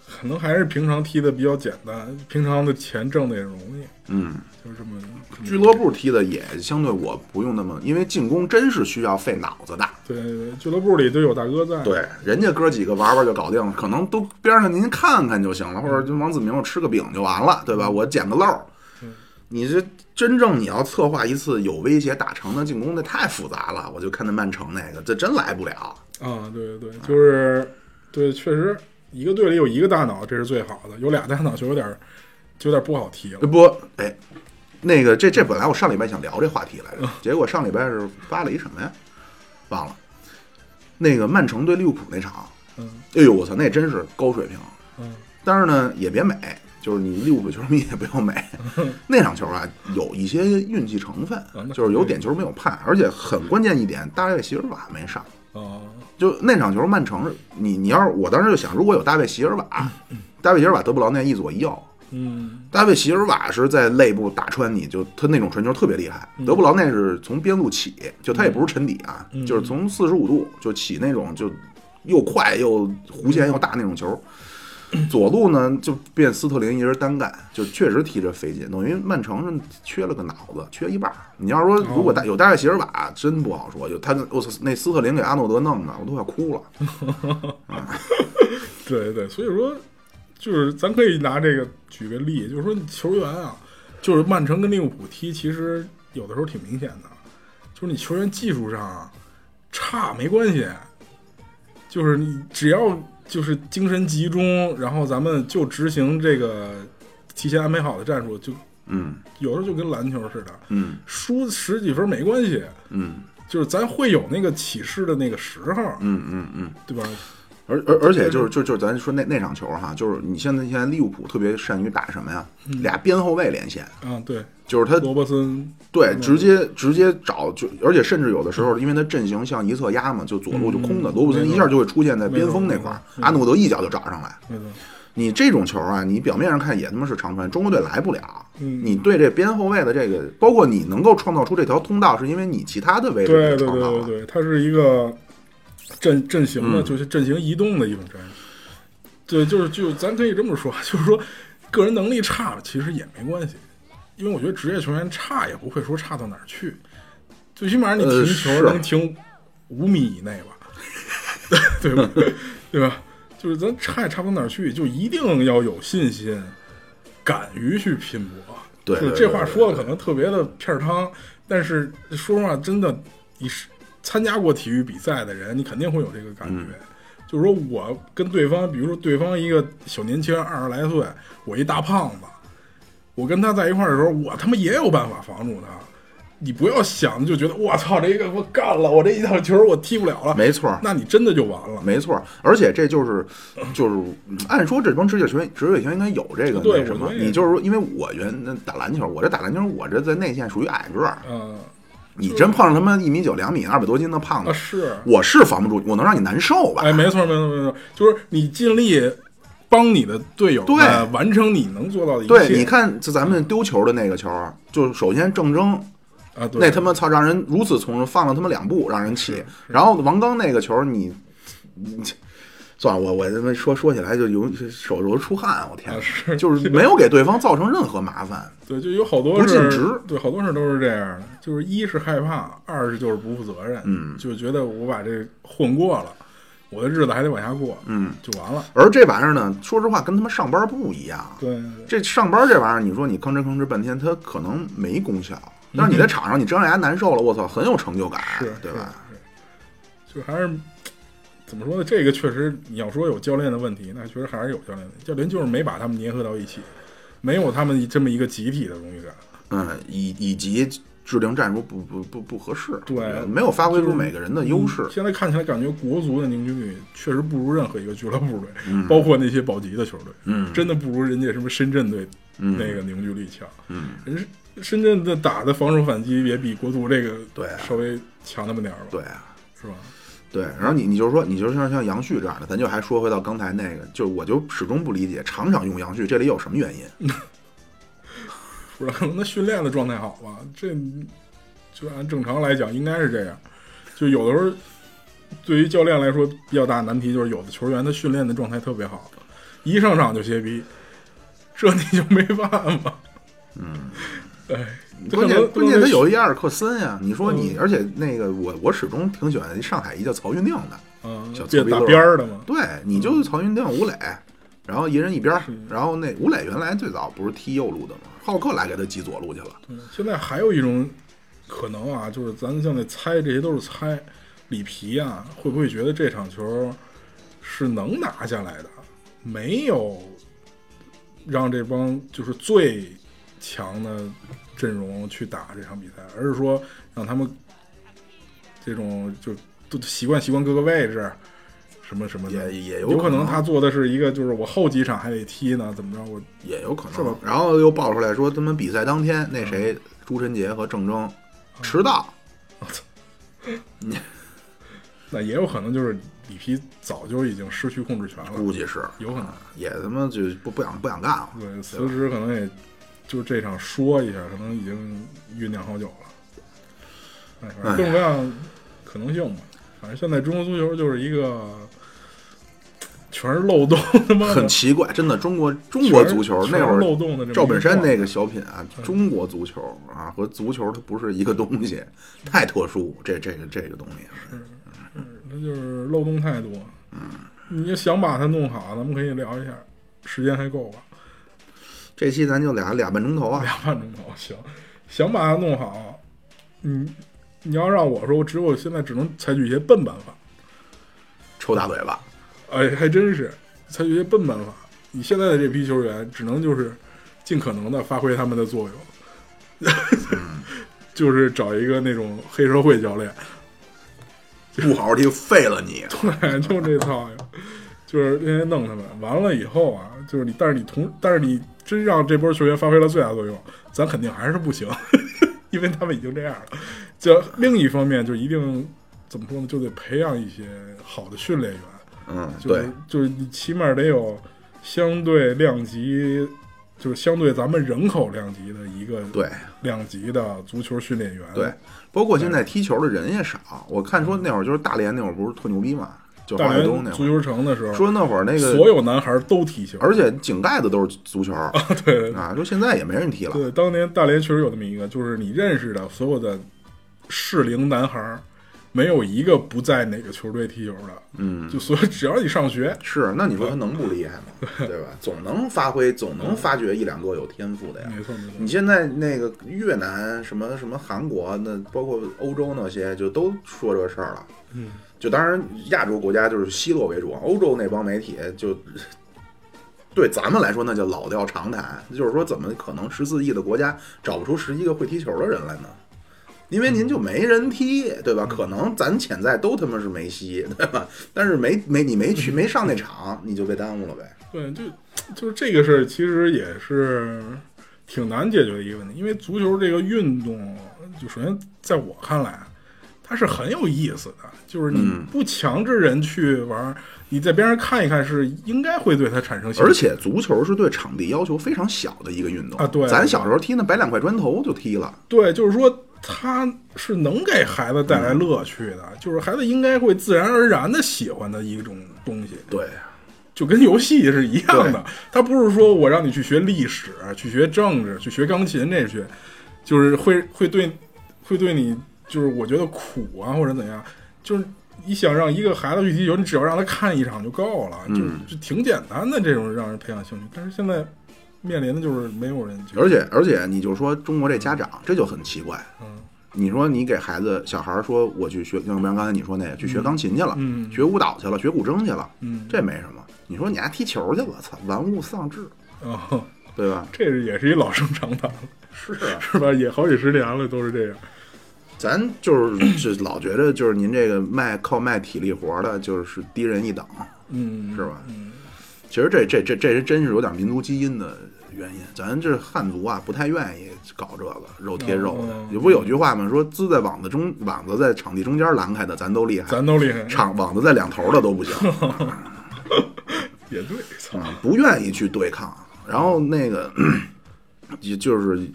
S4: 可能还是平常踢的比较简单，平常的钱挣的也容易，
S1: 嗯，
S4: 就是这么这么
S1: 俱乐部踢的也相对我不用那么，因为进攻真是需要费脑子的。
S4: 对对对俱乐部里都有大哥在，
S1: 对，人家哥几个玩玩就搞定了，可能都边上您看看就行了，或者就王子明我吃个饼就完了，对吧？我捡个漏儿
S4: 嗯。
S1: 你这真正你要策划一次有威胁打成的进攻，那太复杂了。我就看那曼城那个，这真来不了。
S4: 啊，对对对，就是对，确实一个队里有一个大脑，这是最好的，有俩大脑就有点儿就有点儿不好踢了。
S1: 不，哎，那个这这本来我上礼拜想聊这话题来
S4: 嗯
S1: 着，结果上礼拜是发了一什么呀？忘了。那个曼城对利物浦那场，
S4: 嗯
S1: 哎呦我操，那真是高水平。
S4: 嗯
S1: 但是呢，也别美，就是你利物浦球迷也不要美。那场球啊，有一些运气成分
S4: 嗯啊那，肯
S1: 就是有点球没有判，而且很关键一点，大卫席尔瓦没上。
S4: 啊，
S1: 就那场球，曼城，你你要是我当时就想，如果有大卫席尔瓦，大卫席尔瓦、德布劳内一左一右，
S4: 嗯
S1: 大卫席尔瓦是在肋部打穿你，就他那种传球特别厉害。德布劳内是从边路起，就他也不是沉底啊，
S4: 嗯
S1: 就是从四十五度就起那种，就又快又弧线又大那种球。
S4: 嗯
S1: 左路呢就变斯特林一人单干，就确实踢着费劲，等于曼城是缺了个脑子，缺一半儿。你要说如
S4: 哦
S1: 果大有大卫席尔瓦，真不好说。就他那我操，那斯特林给阿诺德弄的，我都快哭了。
S4: 对对，所以说就是咱可以拿这个举个例，就是说你球员啊，就是曼城跟利物浦踢，其实有的时候挺明显的，就是你球员技术上啊差没关系，就是你只要就是精神集中，然后咱们就执行这个提前安排好的战术，就
S1: 嗯
S4: 有时候就跟篮球似的，
S1: 嗯
S4: 输十几分没关系，
S1: 嗯
S4: 就是咱会有那个起势的那个时候，
S1: 嗯嗯嗯。
S4: 对吧？
S1: 而而而且
S4: 嗯
S1: 就是就就咱说那那场球哈，就是你现在现在利物浦特别善于打什么呀？
S4: 嗯
S1: 俩边后卫连线，
S4: 啊，对，
S1: 就是他
S4: 罗伯森，
S1: 对直接直接找就，而且甚至有的时候，因为他阵型向一侧压嘛，就左路就空
S4: 嗯
S1: 的，罗布森一下就会出现在边锋那块儿，阿诺德一脚就找上来。
S4: 没错，
S1: 你这种球啊，你表面上看也他妈是长传，中国队来不了。
S4: 嗯
S1: 你对这边后卫的这个，包括你能够创造出这条通道，是因为你其他的位置
S4: 对对
S1: 给
S4: 对
S1: 创造
S4: 对
S1: 了。
S4: 对，它是一个阵阵型的，
S1: 嗯
S4: 就是阵型移动的一种战术。对，就是就咱可以这么说，啊就是说个人能力差了其实也没关系，因为我觉得职业球员差也不会说差到哪儿去，最起码你
S1: 呃
S4: 停
S1: 是
S4: 球能停五米以内吧， 对吧？对吧？就是咱差也差不到哪儿去，就一定要有信心，敢于去拼搏。
S1: 对
S4: 就是
S1: 对
S4: 这
S1: 对
S4: 话
S1: 对
S4: 说的可能特别的片儿汤，但是说实话，真的，你是参加过体育比赛的人，你肯定会有这个感觉。
S1: 嗯
S4: 就是说我跟对方，比如说对方一个小年轻二十来岁，我一大胖子，我跟他在一块儿的时候，我他妈也有办法防住他。你不要想着就觉得我操，这个我干了，我这一套球我踢不了了，
S1: 没错，
S4: 那你真的就完了。
S1: 没错，而且这就是，就是嗯按说这帮职业球员，职业球员应该有这个
S4: 对
S1: 那什
S4: 我
S1: 么
S4: 觉，得也
S1: 你就是说，因为我原来打篮球，我这打篮球，我这在内线属于矮个儿，
S4: 嗯、
S1: 你真碰上他妈一米九、两米、二百多斤的胖
S4: 啊
S1: 子，
S4: 是，
S1: 我是防不住，我能让你难受吧？
S4: 哎，没错，没错，没错，就是你尽力帮你的队友
S1: 对
S4: 呃完成你能做到的一切。
S1: 对，你看，就咱们丢球的那个球，就是首先郑铮
S4: 啊，对，
S1: 那他妈操，让人如此从容，放了他妈两步让人起，然后王刚那个球，你你。算了，我我他妈说说起来就有手揉出汗，我天
S4: 啊，是
S1: 就是没有给对方造成任何麻烦，
S4: 对，就有好多
S1: 不尽
S4: 事
S1: 职
S4: 儿，对，好多事儿都是这样的，就是一是害怕，二是就是不负责任，
S1: 嗯
S4: 就觉得我把这混过了，我的日子还得往下过，
S1: 嗯，
S4: 就完了。
S1: 而这玩意儿呢，说实话，跟他们上班不一样。
S4: 对，对
S1: 这上班这玩意儿，你说你吭哧吭哧半天，它可能没功效，但是你在场上，你真让人家难受了，我操，很有成就感，
S4: 是，
S1: 对吧？
S4: 是？是就还是怎么说呢？这个确实，你要说有教练的问题，那确实还是有教练的问题，教练就是没把他们粘合到一起，没有他们这么一个集体的荣誉感。
S1: 嗯，以以及制定战术不不不不合适，
S4: 对
S1: 没有发挥出
S4: 就是
S1: 每个人的优势。
S4: 嗯现在看起来感觉国足的凝聚力确实不如任何一个俱乐部队，包括那些保级的球队，
S1: 嗯
S4: 真的不如人家什么深圳队
S1: 嗯
S4: 那个凝聚力强。
S1: 嗯，
S4: 人是深圳的打的防守反击也比国足这个
S1: 对啊
S4: 稍微强那么点儿吧，
S1: 对啊，
S4: 是吧？
S1: 对，然后你你就是说，你就是像像杨旭这样的，咱就还说回到刚才那个，就是我就始终不理解，场场用杨旭，这里有什么原因？
S4: 不知道可能他训练的状态好吧？这就按正常来讲应该是这样。就有的时候，对于教练来说比较大的难题就是有的球员他训练的状态特别好，一上场就歇逼，这你就没办法。 嗯，哎，这可
S1: 关
S4: 能
S1: 键关键
S4: 可能
S1: 他
S4: 是
S1: 有一阿尔克森呀、你说你，
S4: 嗯
S1: 而且那个我我始终挺喜欢上海一叫曹云定的，
S4: 嗯
S1: 小，
S4: 这
S1: 粗鼻
S4: 打
S1: 子
S4: 边儿的嘛，
S1: 对，你
S4: 嗯
S1: 就是曹云定、吴磊，然后一人一边儿，然后那吴磊原来最早不是踢右路的吗？浩克来给他挤左路去了，
S4: 嗯现在还有一种可能啊，就是咱现在猜，这些都是猜。里皮啊，会不会觉得这场球是能拿下来的？没有让这帮就是最强的阵容去打这场比赛，而是说让他们这种就都习惯习惯各个位置。什么什么的，
S1: 也也有
S4: 有可
S1: 可能
S4: 他做的是一个，就是我后几场还得踢呢，怎么着？我
S1: 也有可
S4: 是吧嗯
S1: 能。然后又爆出来说，他们比赛当天那谁朱晨杰和郑铮迟到，
S4: 那也有可能就是里皮早就已经失去控制权了，
S1: 估计是
S4: 有可能。
S1: 也他妈就不不想不想干了。
S4: 对，辞职可能也就这场说一下，可能已经酝酿好久了。哎，反正各种各样可能性吧。反正现在中国足球就是一个全是漏洞，他妈的
S1: 很奇怪，真的，中国中
S4: 全
S1: 国
S4: 是
S1: 足球
S4: 全
S1: 那
S4: 是
S1: 会
S4: 漏
S1: 儿，
S4: 洞的这么一
S1: 赵本山
S4: 状
S1: 那个小品啊，中国足球啊和足球它不是一个东西，太特殊，这这个这个东西，啊
S4: 态，那就是漏洞太多。嗯，你要想把它弄好，咱们可以聊一下，时间还够吧？
S1: 这期咱就俩俩半钟头啊，
S4: 两万钟头行，想把它弄好，你你要让我说，我只有现在只能采取一些笨办法。
S1: 抽大嘴巴，
S4: 哎，还真是，采取一些笨办法。你现在的这批球员，只能就是尽可能的发挥他们的作用， 就是找一个那种黑社会教练，
S1: 不好好踢废了你。
S4: 对， 就这套呀，就是天天弄他们。完了以后啊，就是你，但是你同，但是你真让这波球员发挥了最大作用，咱肯定还是不行， 因为他们已经这样了。这另一方面，就一定怎么说呢，就得培养一些好的训练员。
S1: 嗯，
S4: 就
S1: 对
S4: 是，就是你起码得有相对量级，就是相对咱们人口量级的一个
S1: 对
S4: 量级的足球训练员。
S1: 对，包括现在踢球的人也少，我看说那会儿就是大连那会儿不是特牛逼嘛，就华
S4: 嗯大
S1: 海东
S4: 连
S1: 那
S4: 足
S1: 会儿，
S4: 球城的时候，
S1: 说那会儿那个，
S4: 所有男孩都踢球，
S1: 而且井盖子都是足球啊，
S4: 对
S1: 就现在也没人踢了，
S4: 对，当年大连确实有那么一个，就是你认识的所有的适龄男孩，没有一个不在哪个球队踢球的。
S1: 嗯，
S4: 就所有只要你上学，
S1: 是，那你说他能不厉害吗？对吧？总能发挥，总能发掘一两个有天赋的呀。
S4: 没错没错
S1: 你，现在那个越南什么什么韩国，那包括欧洲那些，就都说这事儿了。
S4: 嗯，
S1: 就当然亚洲国家就是奚落为主，啊欧洲那帮媒体就对咱们来说那叫老调常谈，就是说怎么可能十四亿的国家找不出十一个会踢球的人来呢？因为您就没人踢，对吧？可能咱潜在都他妈是梅西，对吧？但是没没你没去没上那场，你就被耽误了呗。
S4: 对，就就是这个事儿，其实也是挺难解决的一个问题，因为足球这个运动，就首先在我看来，它是很有意思的，就是你
S1: 嗯
S4: 不强制人去玩儿，你在边上看一看，是应该会对它产生兴趣
S1: 而且足球是对场地要求非常小的一个运动
S4: 啊对
S1: 咱小时候踢那摆两块砖头就踢了，
S4: 对，就是说它是能给孩子带来
S1: 嗯
S4: 乐趣的，就是孩子应该会自然而然的喜欢的一种东西。
S1: 对，
S4: 就跟游戏是一样的，他不是说我让你去学历史、去学政治、去学钢琴这些，就是会会对会对你就是我觉得苦啊或者怎样，就是你想让一个孩子去踢球，你只要让他看一场就够了，
S1: 嗯
S4: 就就挺简单的这种让人培养兴趣。但是现在面临的就是没有人去，
S1: 而且而且你就说中国这家长这就很奇怪，
S4: 嗯
S1: 你说你给孩子小孩说我去学，要不然刚才你说那个去学钢琴去了，
S4: 嗯
S1: 学舞蹈去了，学古筝去了，
S4: 嗯
S1: 这没什么。你说你还踢球去了，操，玩物丧志，
S4: 啊、哦，
S1: 对吧？
S4: 这也是一老生常谈，
S1: 是啊，
S4: 是吧？也好几十年了，都是这样。
S1: 咱就是 就老觉得就是您这个卖靠卖体力活儿的，就是低人一等，
S4: 嗯，
S1: 是吧？其实这这这这人真是有点民族基因的原因，咱这汉族啊不太愿意搞这个肉贴肉的
S4: 哦。
S1: 也不有句话吗？说滋在网子中，网子在场地中间拦开的，咱都厉害；
S4: 咱都厉害，
S1: 场网子在两头的都不行。
S4: 也对，操，
S1: 啊，不愿意去对抗。啊然后那个，也就是，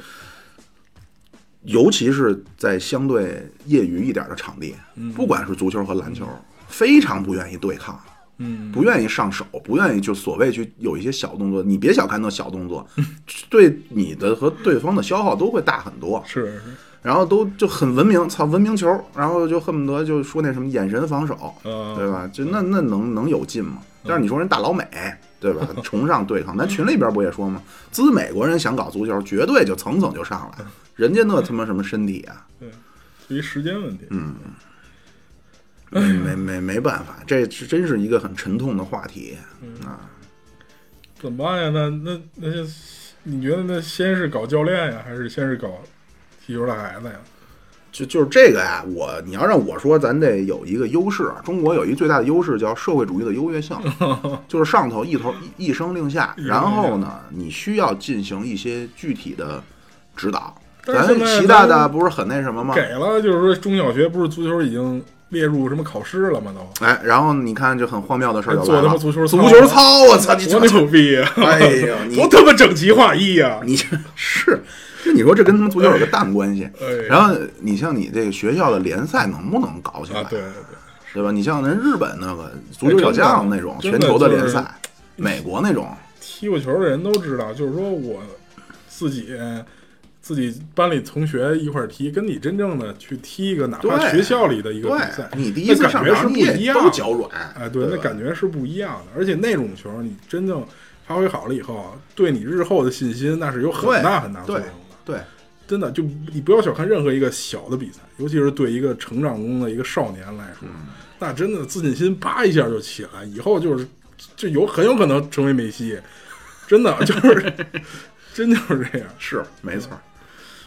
S1: 尤其是在相对业余一点的场地，不管是足球和篮球，非常不愿意对抗，
S4: 嗯，
S1: 不愿意上手，不愿意就所谓去有一些小动作。你别小看那小动作，
S4: 嗯
S1: 对你的和对方的消耗都会大很多。
S4: 是是，
S1: 然后都就很文明，操文明球，然后就恨不得就说那什么眼神防守，
S4: 嗯
S1: 对吧？就那那能能有劲吗？但是你说人大老美，对 吧？崇尚对抗，咱群里边不也说吗？滋美国人想搞足球，绝对就层层就上
S4: 嗯
S1: 来， 人家那他妈什么身体啊，
S4: 对，是一时间问题。嗯，
S1: 没没没没办法，这是真是一个很沉痛的话题啊。
S4: 怎么办呀？那那那就，你觉得那先是搞教练呀，还是先是搞踢球的孩子呀？
S1: 就就是这个呀、我你要让我说，咱得有一个优势。啊中国有一最大的优势叫社会主义的优越 性，就是上头一头一一声令下，然后呢，你需要进行一些具体的指导。
S4: 但是
S1: 咱
S4: 现在
S1: 习大
S4: 咱
S1: 大不是很那什么吗？
S4: 给了，就是说中小学不是足球已经列入什么考试了吗？都
S1: 哎，然后你看这很荒谬的事儿就
S4: 哎做
S1: 来
S4: 他妈
S1: 了，
S4: 足球操啊
S1: 足球操，我操你
S4: 多
S1: 这！
S4: 牛逼呀！
S1: 哎呦，你
S4: 多他妈整齐划一呀！
S1: 你这是，就你说这跟他们足球有个蛋关系
S4: 哎。
S1: 然后你像你这个学校的联赛能不能搞起来
S4: 啊，？对对对，
S1: 对吧？你像人日本那个足球小将那种
S4: 哎真的
S1: 全球的联
S4: 真的
S1: 赛，美国那种，
S4: 踢过球的人都知道，就是说我自己自己班里同学一块儿踢，跟你真正的去踢一个哪怕
S1: 对
S4: 学校里的一个
S1: 对
S4: 比赛，
S1: 你第一次
S4: 那
S1: 上
S4: 感觉是
S1: 场
S4: 不
S1: 你
S4: 一
S1: 也
S4: 样
S1: 都
S4: 的。
S1: 脚软，
S4: 哎，对，那
S1: 吧
S4: 感觉是不一样的。而且那种球，你真正发挥好了以后，对你日后的信心那是有很大很大作
S1: 对
S4: 用的。
S1: 对，
S4: 真的，就你不要小看任何一个小的比赛，尤其是对一个成长中的一个少年来说，那真的自信心啪一下就起来，以后就是就有很有可能成为梅西，真的就是 真就是这样。
S1: 是没错儿。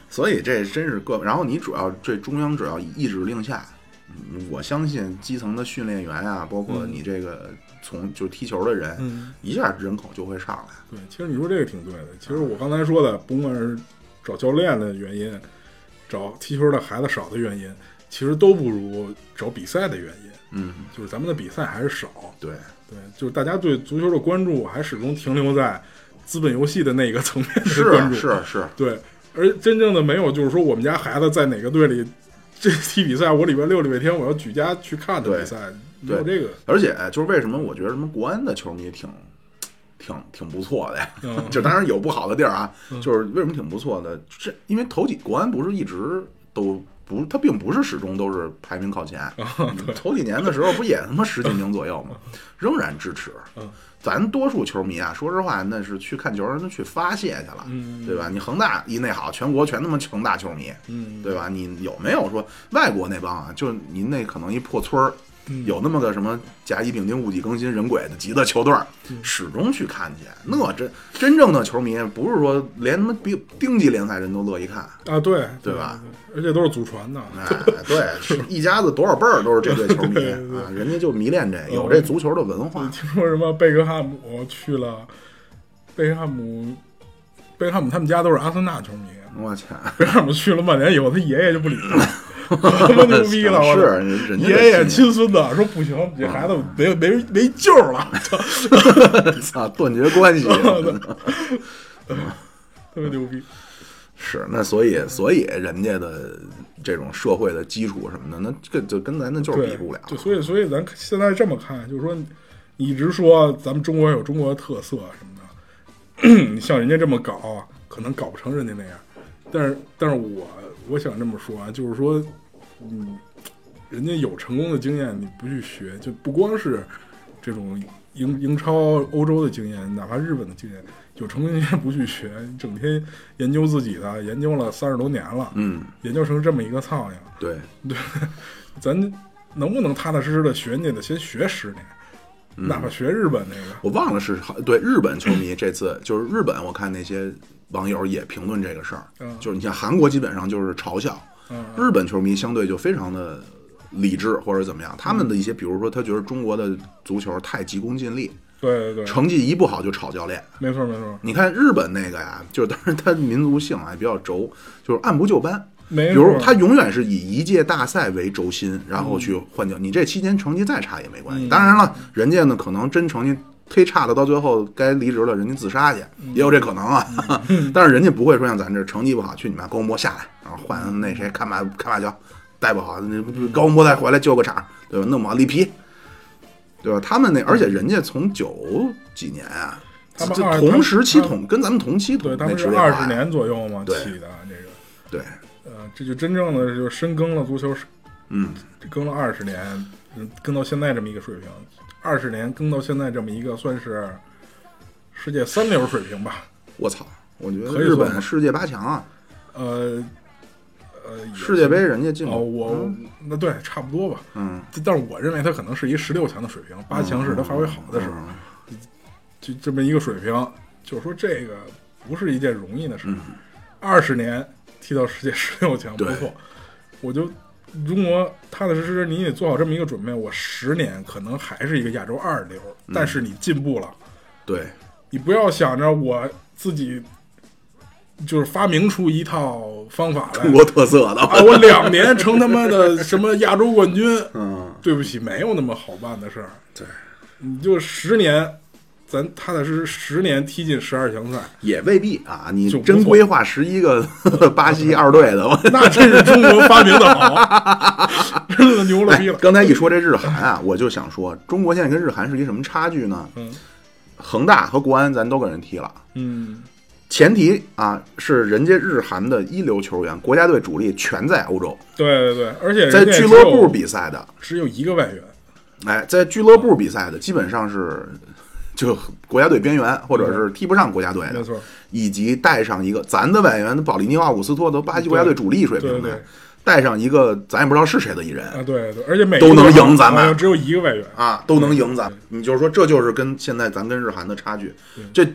S1: 所以这真是各，然后你主要这中央主要一指令下，嗯我相信基层的训练员啊，包括你这个从就是踢球的人，
S4: 嗯
S1: 一下人口就会上来。
S4: 对，其实你说这个挺对的。其实我刚才说的，甭管是找教练的原因，找踢球的孩子少的原因，其实都不如找比赛的原因。
S1: 嗯，
S4: 就是咱们的比赛还是少，
S1: 对，
S4: 对，就是大家对足球的关注还始终停留在资本游戏的那个层面的
S1: 是啊
S4: 关注，
S1: 是是，
S4: 对，而真正的没有就是说我们家孩子在哪个队里这踢比赛，我礼拜六、礼拜天我要举家去看的
S1: 对
S4: 比赛，没
S1: 对
S4: 有这个，
S1: 而且就是为什么我觉得什么国安的球迷挺挺挺不错的呀，
S4: 嗯
S1: 就当然有不好的地儿啊，就是为什么挺不错的，这因为头几国安不是一直都不，他并不是始终都是排名靠前，
S4: 哦
S1: 嗯头几年的时候不也他妈十几名左右吗？仍然支持
S4: 嗯。
S1: 咱多数球迷啊，说实话，那是去看球，那去发泄去了，
S4: 嗯
S1: 对吧？你恒大一内好，全国全他妈恒大球迷，
S4: 嗯，
S1: 对吧？你有没有说外国那帮啊？就您那可能一破村儿，
S4: 嗯
S1: 有那么个什么甲乙丙丁戊己庚辛壬癸的级的球队儿，
S4: 嗯
S1: 始终去看去。那真真正的球迷，啊不是说连他妈比丁级联赛人都乐意看。
S4: 啊，对，
S1: 对吧
S4: 对？而且都是祖传的，
S1: 哎，对，是一家子多少辈儿都是这队球迷
S4: 对对
S1: 啊，人家就迷恋这，有这足球的文化。
S4: 听说什么贝克汉姆去了，贝克汉姆，贝克汉姆他们家都是阿森纳球迷，
S1: 我操，
S4: 贝克汉姆去了曼联以后，他爷爷就不理 他，他妈牛逼了，我操
S1: 是人家
S4: 爷爷
S1: 这信
S4: 亲孙子说不行，你这孩子没没没救了， 操，
S1: 仰 操，断绝关系。啊
S4: 特别牛逼。
S1: 是，那所以所以人家的这种社会的基础什么的，那这个就跟咱那就是
S4: 对，
S1: 比不了。
S4: 对，所以所以咱现在这么看，就是说你，你一直说咱们中国有中国的特色什么的，你像人家这么搞，可能搞不成人家那样。但是，但是我我想这么说啊，就是说，嗯，人家有成功的经验，你不去学，就不光是这种英英超、欧洲的经验，哪怕日本的经验，有成功经验不去学，你整天研究自己的，研究了三十多年了，
S1: 嗯，
S4: 研究成这么一个苍蝇，
S1: 对，
S4: 对，咱能不能踏踏实实的学你的，先学十年，
S1: 嗯
S4: 哪怕学日本那个，
S1: 我忘了是好对日本球迷这次就是日本，我看那些网友也评论这个事儿，
S4: 嗯
S1: 就是你像韩国基本上就是嘲笑，
S4: 嗯
S1: 日本球迷相对就非常的理智或者怎么样，他们的一些比如说他觉得中国的足球太急功近
S4: 嗯
S1: 利，
S4: 对对对，
S1: 成绩一不好就炒教练。
S4: 没错没错，
S1: 你看日本那个呀，就是当然他民族性啊比较轴，就是按部就班。
S4: 没
S1: 比
S4: 错
S1: 如他永远是以一届大赛为轴心，然后去换掉。你这期间成绩再差也没关系。
S4: 嗯
S1: 当然了，人家呢可能真成绩忒差的，到最后该离职了，人家自杀去，
S4: 嗯
S1: 也有这可能啊。 但是人家不会说像咱这成绩不好，去你妈高洪波下来，然后换那谁看马看马乔，带不好那高洪波再回来救个场，对吧？弄不好力皮，对吧？他们那而且人家从九几年啊。
S4: 他们
S1: 这
S4: 二
S1: 同时期
S4: 他们
S1: 同跟咱们同期同
S4: 对他
S1: 那
S4: 们
S1: 职
S4: 是
S1: 业
S4: 二
S1: 化
S4: 十
S1: 呀
S4: 年左右嘛
S1: 对
S4: 起的这个，
S1: 对，
S4: 呃，这就真正的就深耕了足球，
S1: 嗯，
S4: 耕了二十年，嗯耕到现在这么一个水平，二十年耕到现在这么一个算是世界三流水平吧，
S1: 我操，我觉得
S4: 可以
S1: 日
S4: 算吗
S1: 本世界八强啊，
S4: 呃呃，也
S1: 世界杯人家进过，
S4: 哦，我那对差不多吧，
S1: 嗯，
S4: 但是我认为他可能是一十六强的水平，八强是他发挥好的时候，
S1: 嗯
S4: 嗯就这么一个水平，就是说这个不是一件容易的事儿。二十、年踢到世界十六强不
S1: 嗯对
S4: 错，我就如果踏踏实实，你也做好这么一个准备，我十年可能还是一个亚洲二流，
S1: 嗯
S4: 但是你进步了，
S1: 对，
S4: 你不要想着我自己就是发明出一套方法来
S1: 中。国特色的，
S4: 嗯啊！我两年成他妈的什么亚洲冠军，
S1: 嗯，
S4: 对不起，没有那么好办的事儿。
S1: 对，
S4: 你就十年，咱踏踏实实十年踢进十二强赛，
S1: 也未必啊，你
S4: 就不
S1: 真
S4: 错
S1: 规划十一个 巴西二队 的，我
S4: 那真是中国发明的好，真的牛了逼了。
S1: 刚才一说这日韩啊，我就想说，中国现在跟日韩是一什么差距呢？
S4: 嗯
S1: 恒大和国安咱都给人踢了。
S4: 嗯，
S1: 前提啊，是人家日韩的一流球员，国家队主力全在欧洲，
S4: 对对对，而且人
S1: 在
S4: 家
S1: 俱
S4: 只
S1: 乐
S4: 有
S1: 部比赛的，
S4: 只有一个外援，
S1: 哎，在俱乐部比赛的基本上是就国家队边缘，或者是踢不上国家队
S4: 没
S1: 的，
S4: 错，
S1: 以及带上一个咱的外援保利尼奥、伍斯托都巴西国家队主力水
S4: 对对
S1: 平
S4: 对
S1: 的，带上一个咱也不知道是谁的一人
S4: 啊对对，而且每
S1: 都
S4: 一个
S1: 能赢
S4: 好
S1: 咱们
S4: 像只有一个外援。
S1: 啊，都能赢咱。你就是说，这就是跟现在咱跟日韩的差距，这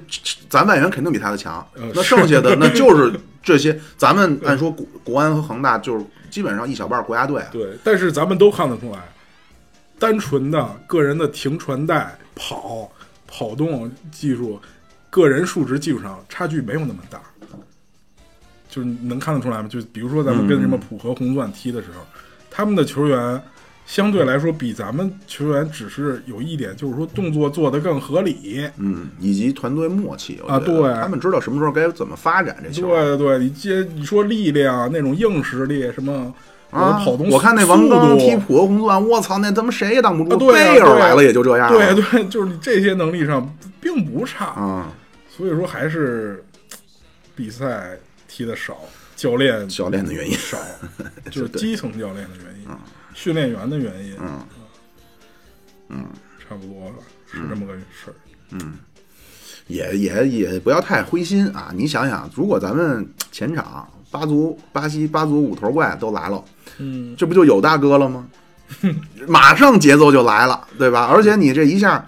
S1: 咱外援肯定比他的强
S4: 嗯。
S1: 那剩下 的那就是这些，咱们按说国国安和恒大就是基本上一小半儿国家队啊，
S4: 对，但是咱们都看得出来，单纯的个人的停传带、跑、跑动技术、个人数值技术上差距没有那么大，就是能看得出来吗？就比如说咱们跟什么浦和红钻踢的时候，
S1: 嗯
S4: 他们的球员。相对来说，比咱们球员只是有一点，就是说动作做得更合理。
S1: 嗯，以及团队默契我
S4: 啊
S1: 觉得
S4: 对
S1: 他们知道什么时候该怎么发展这
S4: 对
S1: 球。
S4: 对对，你接你说力量啊那种硬实力，什么有的
S1: 啊，
S4: 跑动速度、
S1: 我看那王刚踢普俄红钻，我操，那他妈谁也挡不
S4: 啊
S1: 住，
S4: 对啊
S1: 贝尔
S4: 对啊
S1: 来了也就这样了。
S4: 对对，就是你这些能力上并不差，
S1: 啊，
S4: 所以说还是嘖比赛踢的少，教练
S1: 教练的原因
S4: 少，就是
S1: 对啊
S4: 基层教练的原因，训练员的原因，嗯，
S1: 嗯
S4: 差不多吧，是这么个事儿。
S1: 也也也不要太灰心啊！你想想，如果咱们前场巴足、巴西、巴足五头怪都来了，
S4: 嗯，
S1: 这不就有大哥了 吗？马上节奏就来了，对吧？而且你这一下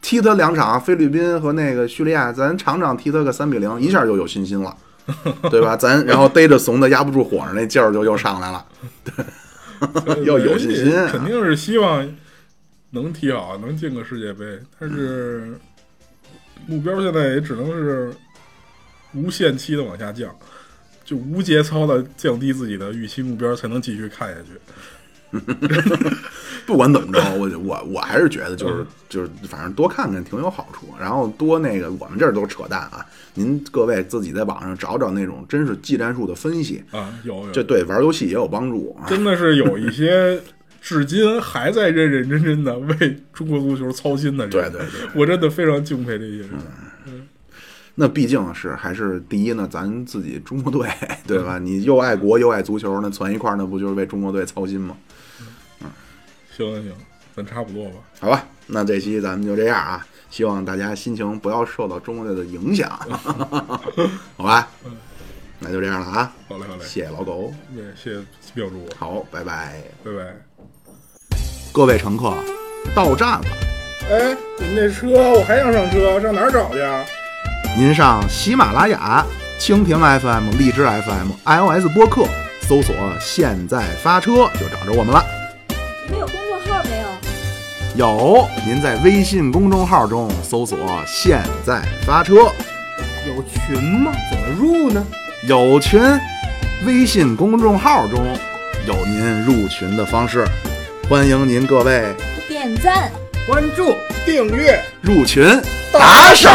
S1: 踢他两场，菲律宾和那个叙利亚，咱场场踢他个三比零，一下就有信心 了，对吧？咱然后逮着怂的压不住火上那劲儿就又上来了，对，要有信心、啊，
S4: 肯定是希望能踢好，能进个世界杯，但是目标现在也只能是无限期的往下降，就无节操的降低自己的预期目标，才能继续看下去。
S1: 不管怎么着，我我我还是觉得就是就是，反正多看看挺有好处。然后多那个，我们这儿都扯淡啊！您各位自己在网上找找那种真是技战术的分析，
S4: 啊，有有，
S1: 这对玩游戏也有帮助啊。
S4: 真的是有一些至今还在认认真真的为中国足球操心的人，
S1: 对对对，
S4: 我真的非常敬佩这些人。
S1: 那毕竟是还是第一呢，咱自己中国队对吧？你又爱国又爱足球，那攒一块儿，那不就是为中国队操心吗？
S4: 行行行，咱差不多吧。
S1: 好吧，那这期咱们就这样啊，希望大家心情不要受到中国队的影响， 好吧？那就这样了啊，
S4: 好嗯嘞好嘞，
S1: 谢谢老狗，
S4: 对谢谢妙主，
S1: 好，拜拜。
S4: 拜拜。
S1: 各位乘客，到站了，
S4: 哎，你们这车我还想上车，上哪儿找去啊？
S1: 您上喜马拉雅、蜻蜓 FM、荔枝 FM、iOS 播客搜索“现在发车”就找着我们了。
S3: 你们有公众号没有？
S1: 有，您在微信公众号中搜索“现在发车
S5: 有群吗？怎么入呢？”，
S1: 有群，微信公众号中有您入群的方式，欢迎您各位
S3: 点赞。
S5: 关注。
S4: 订阅。
S1: 入群打赏。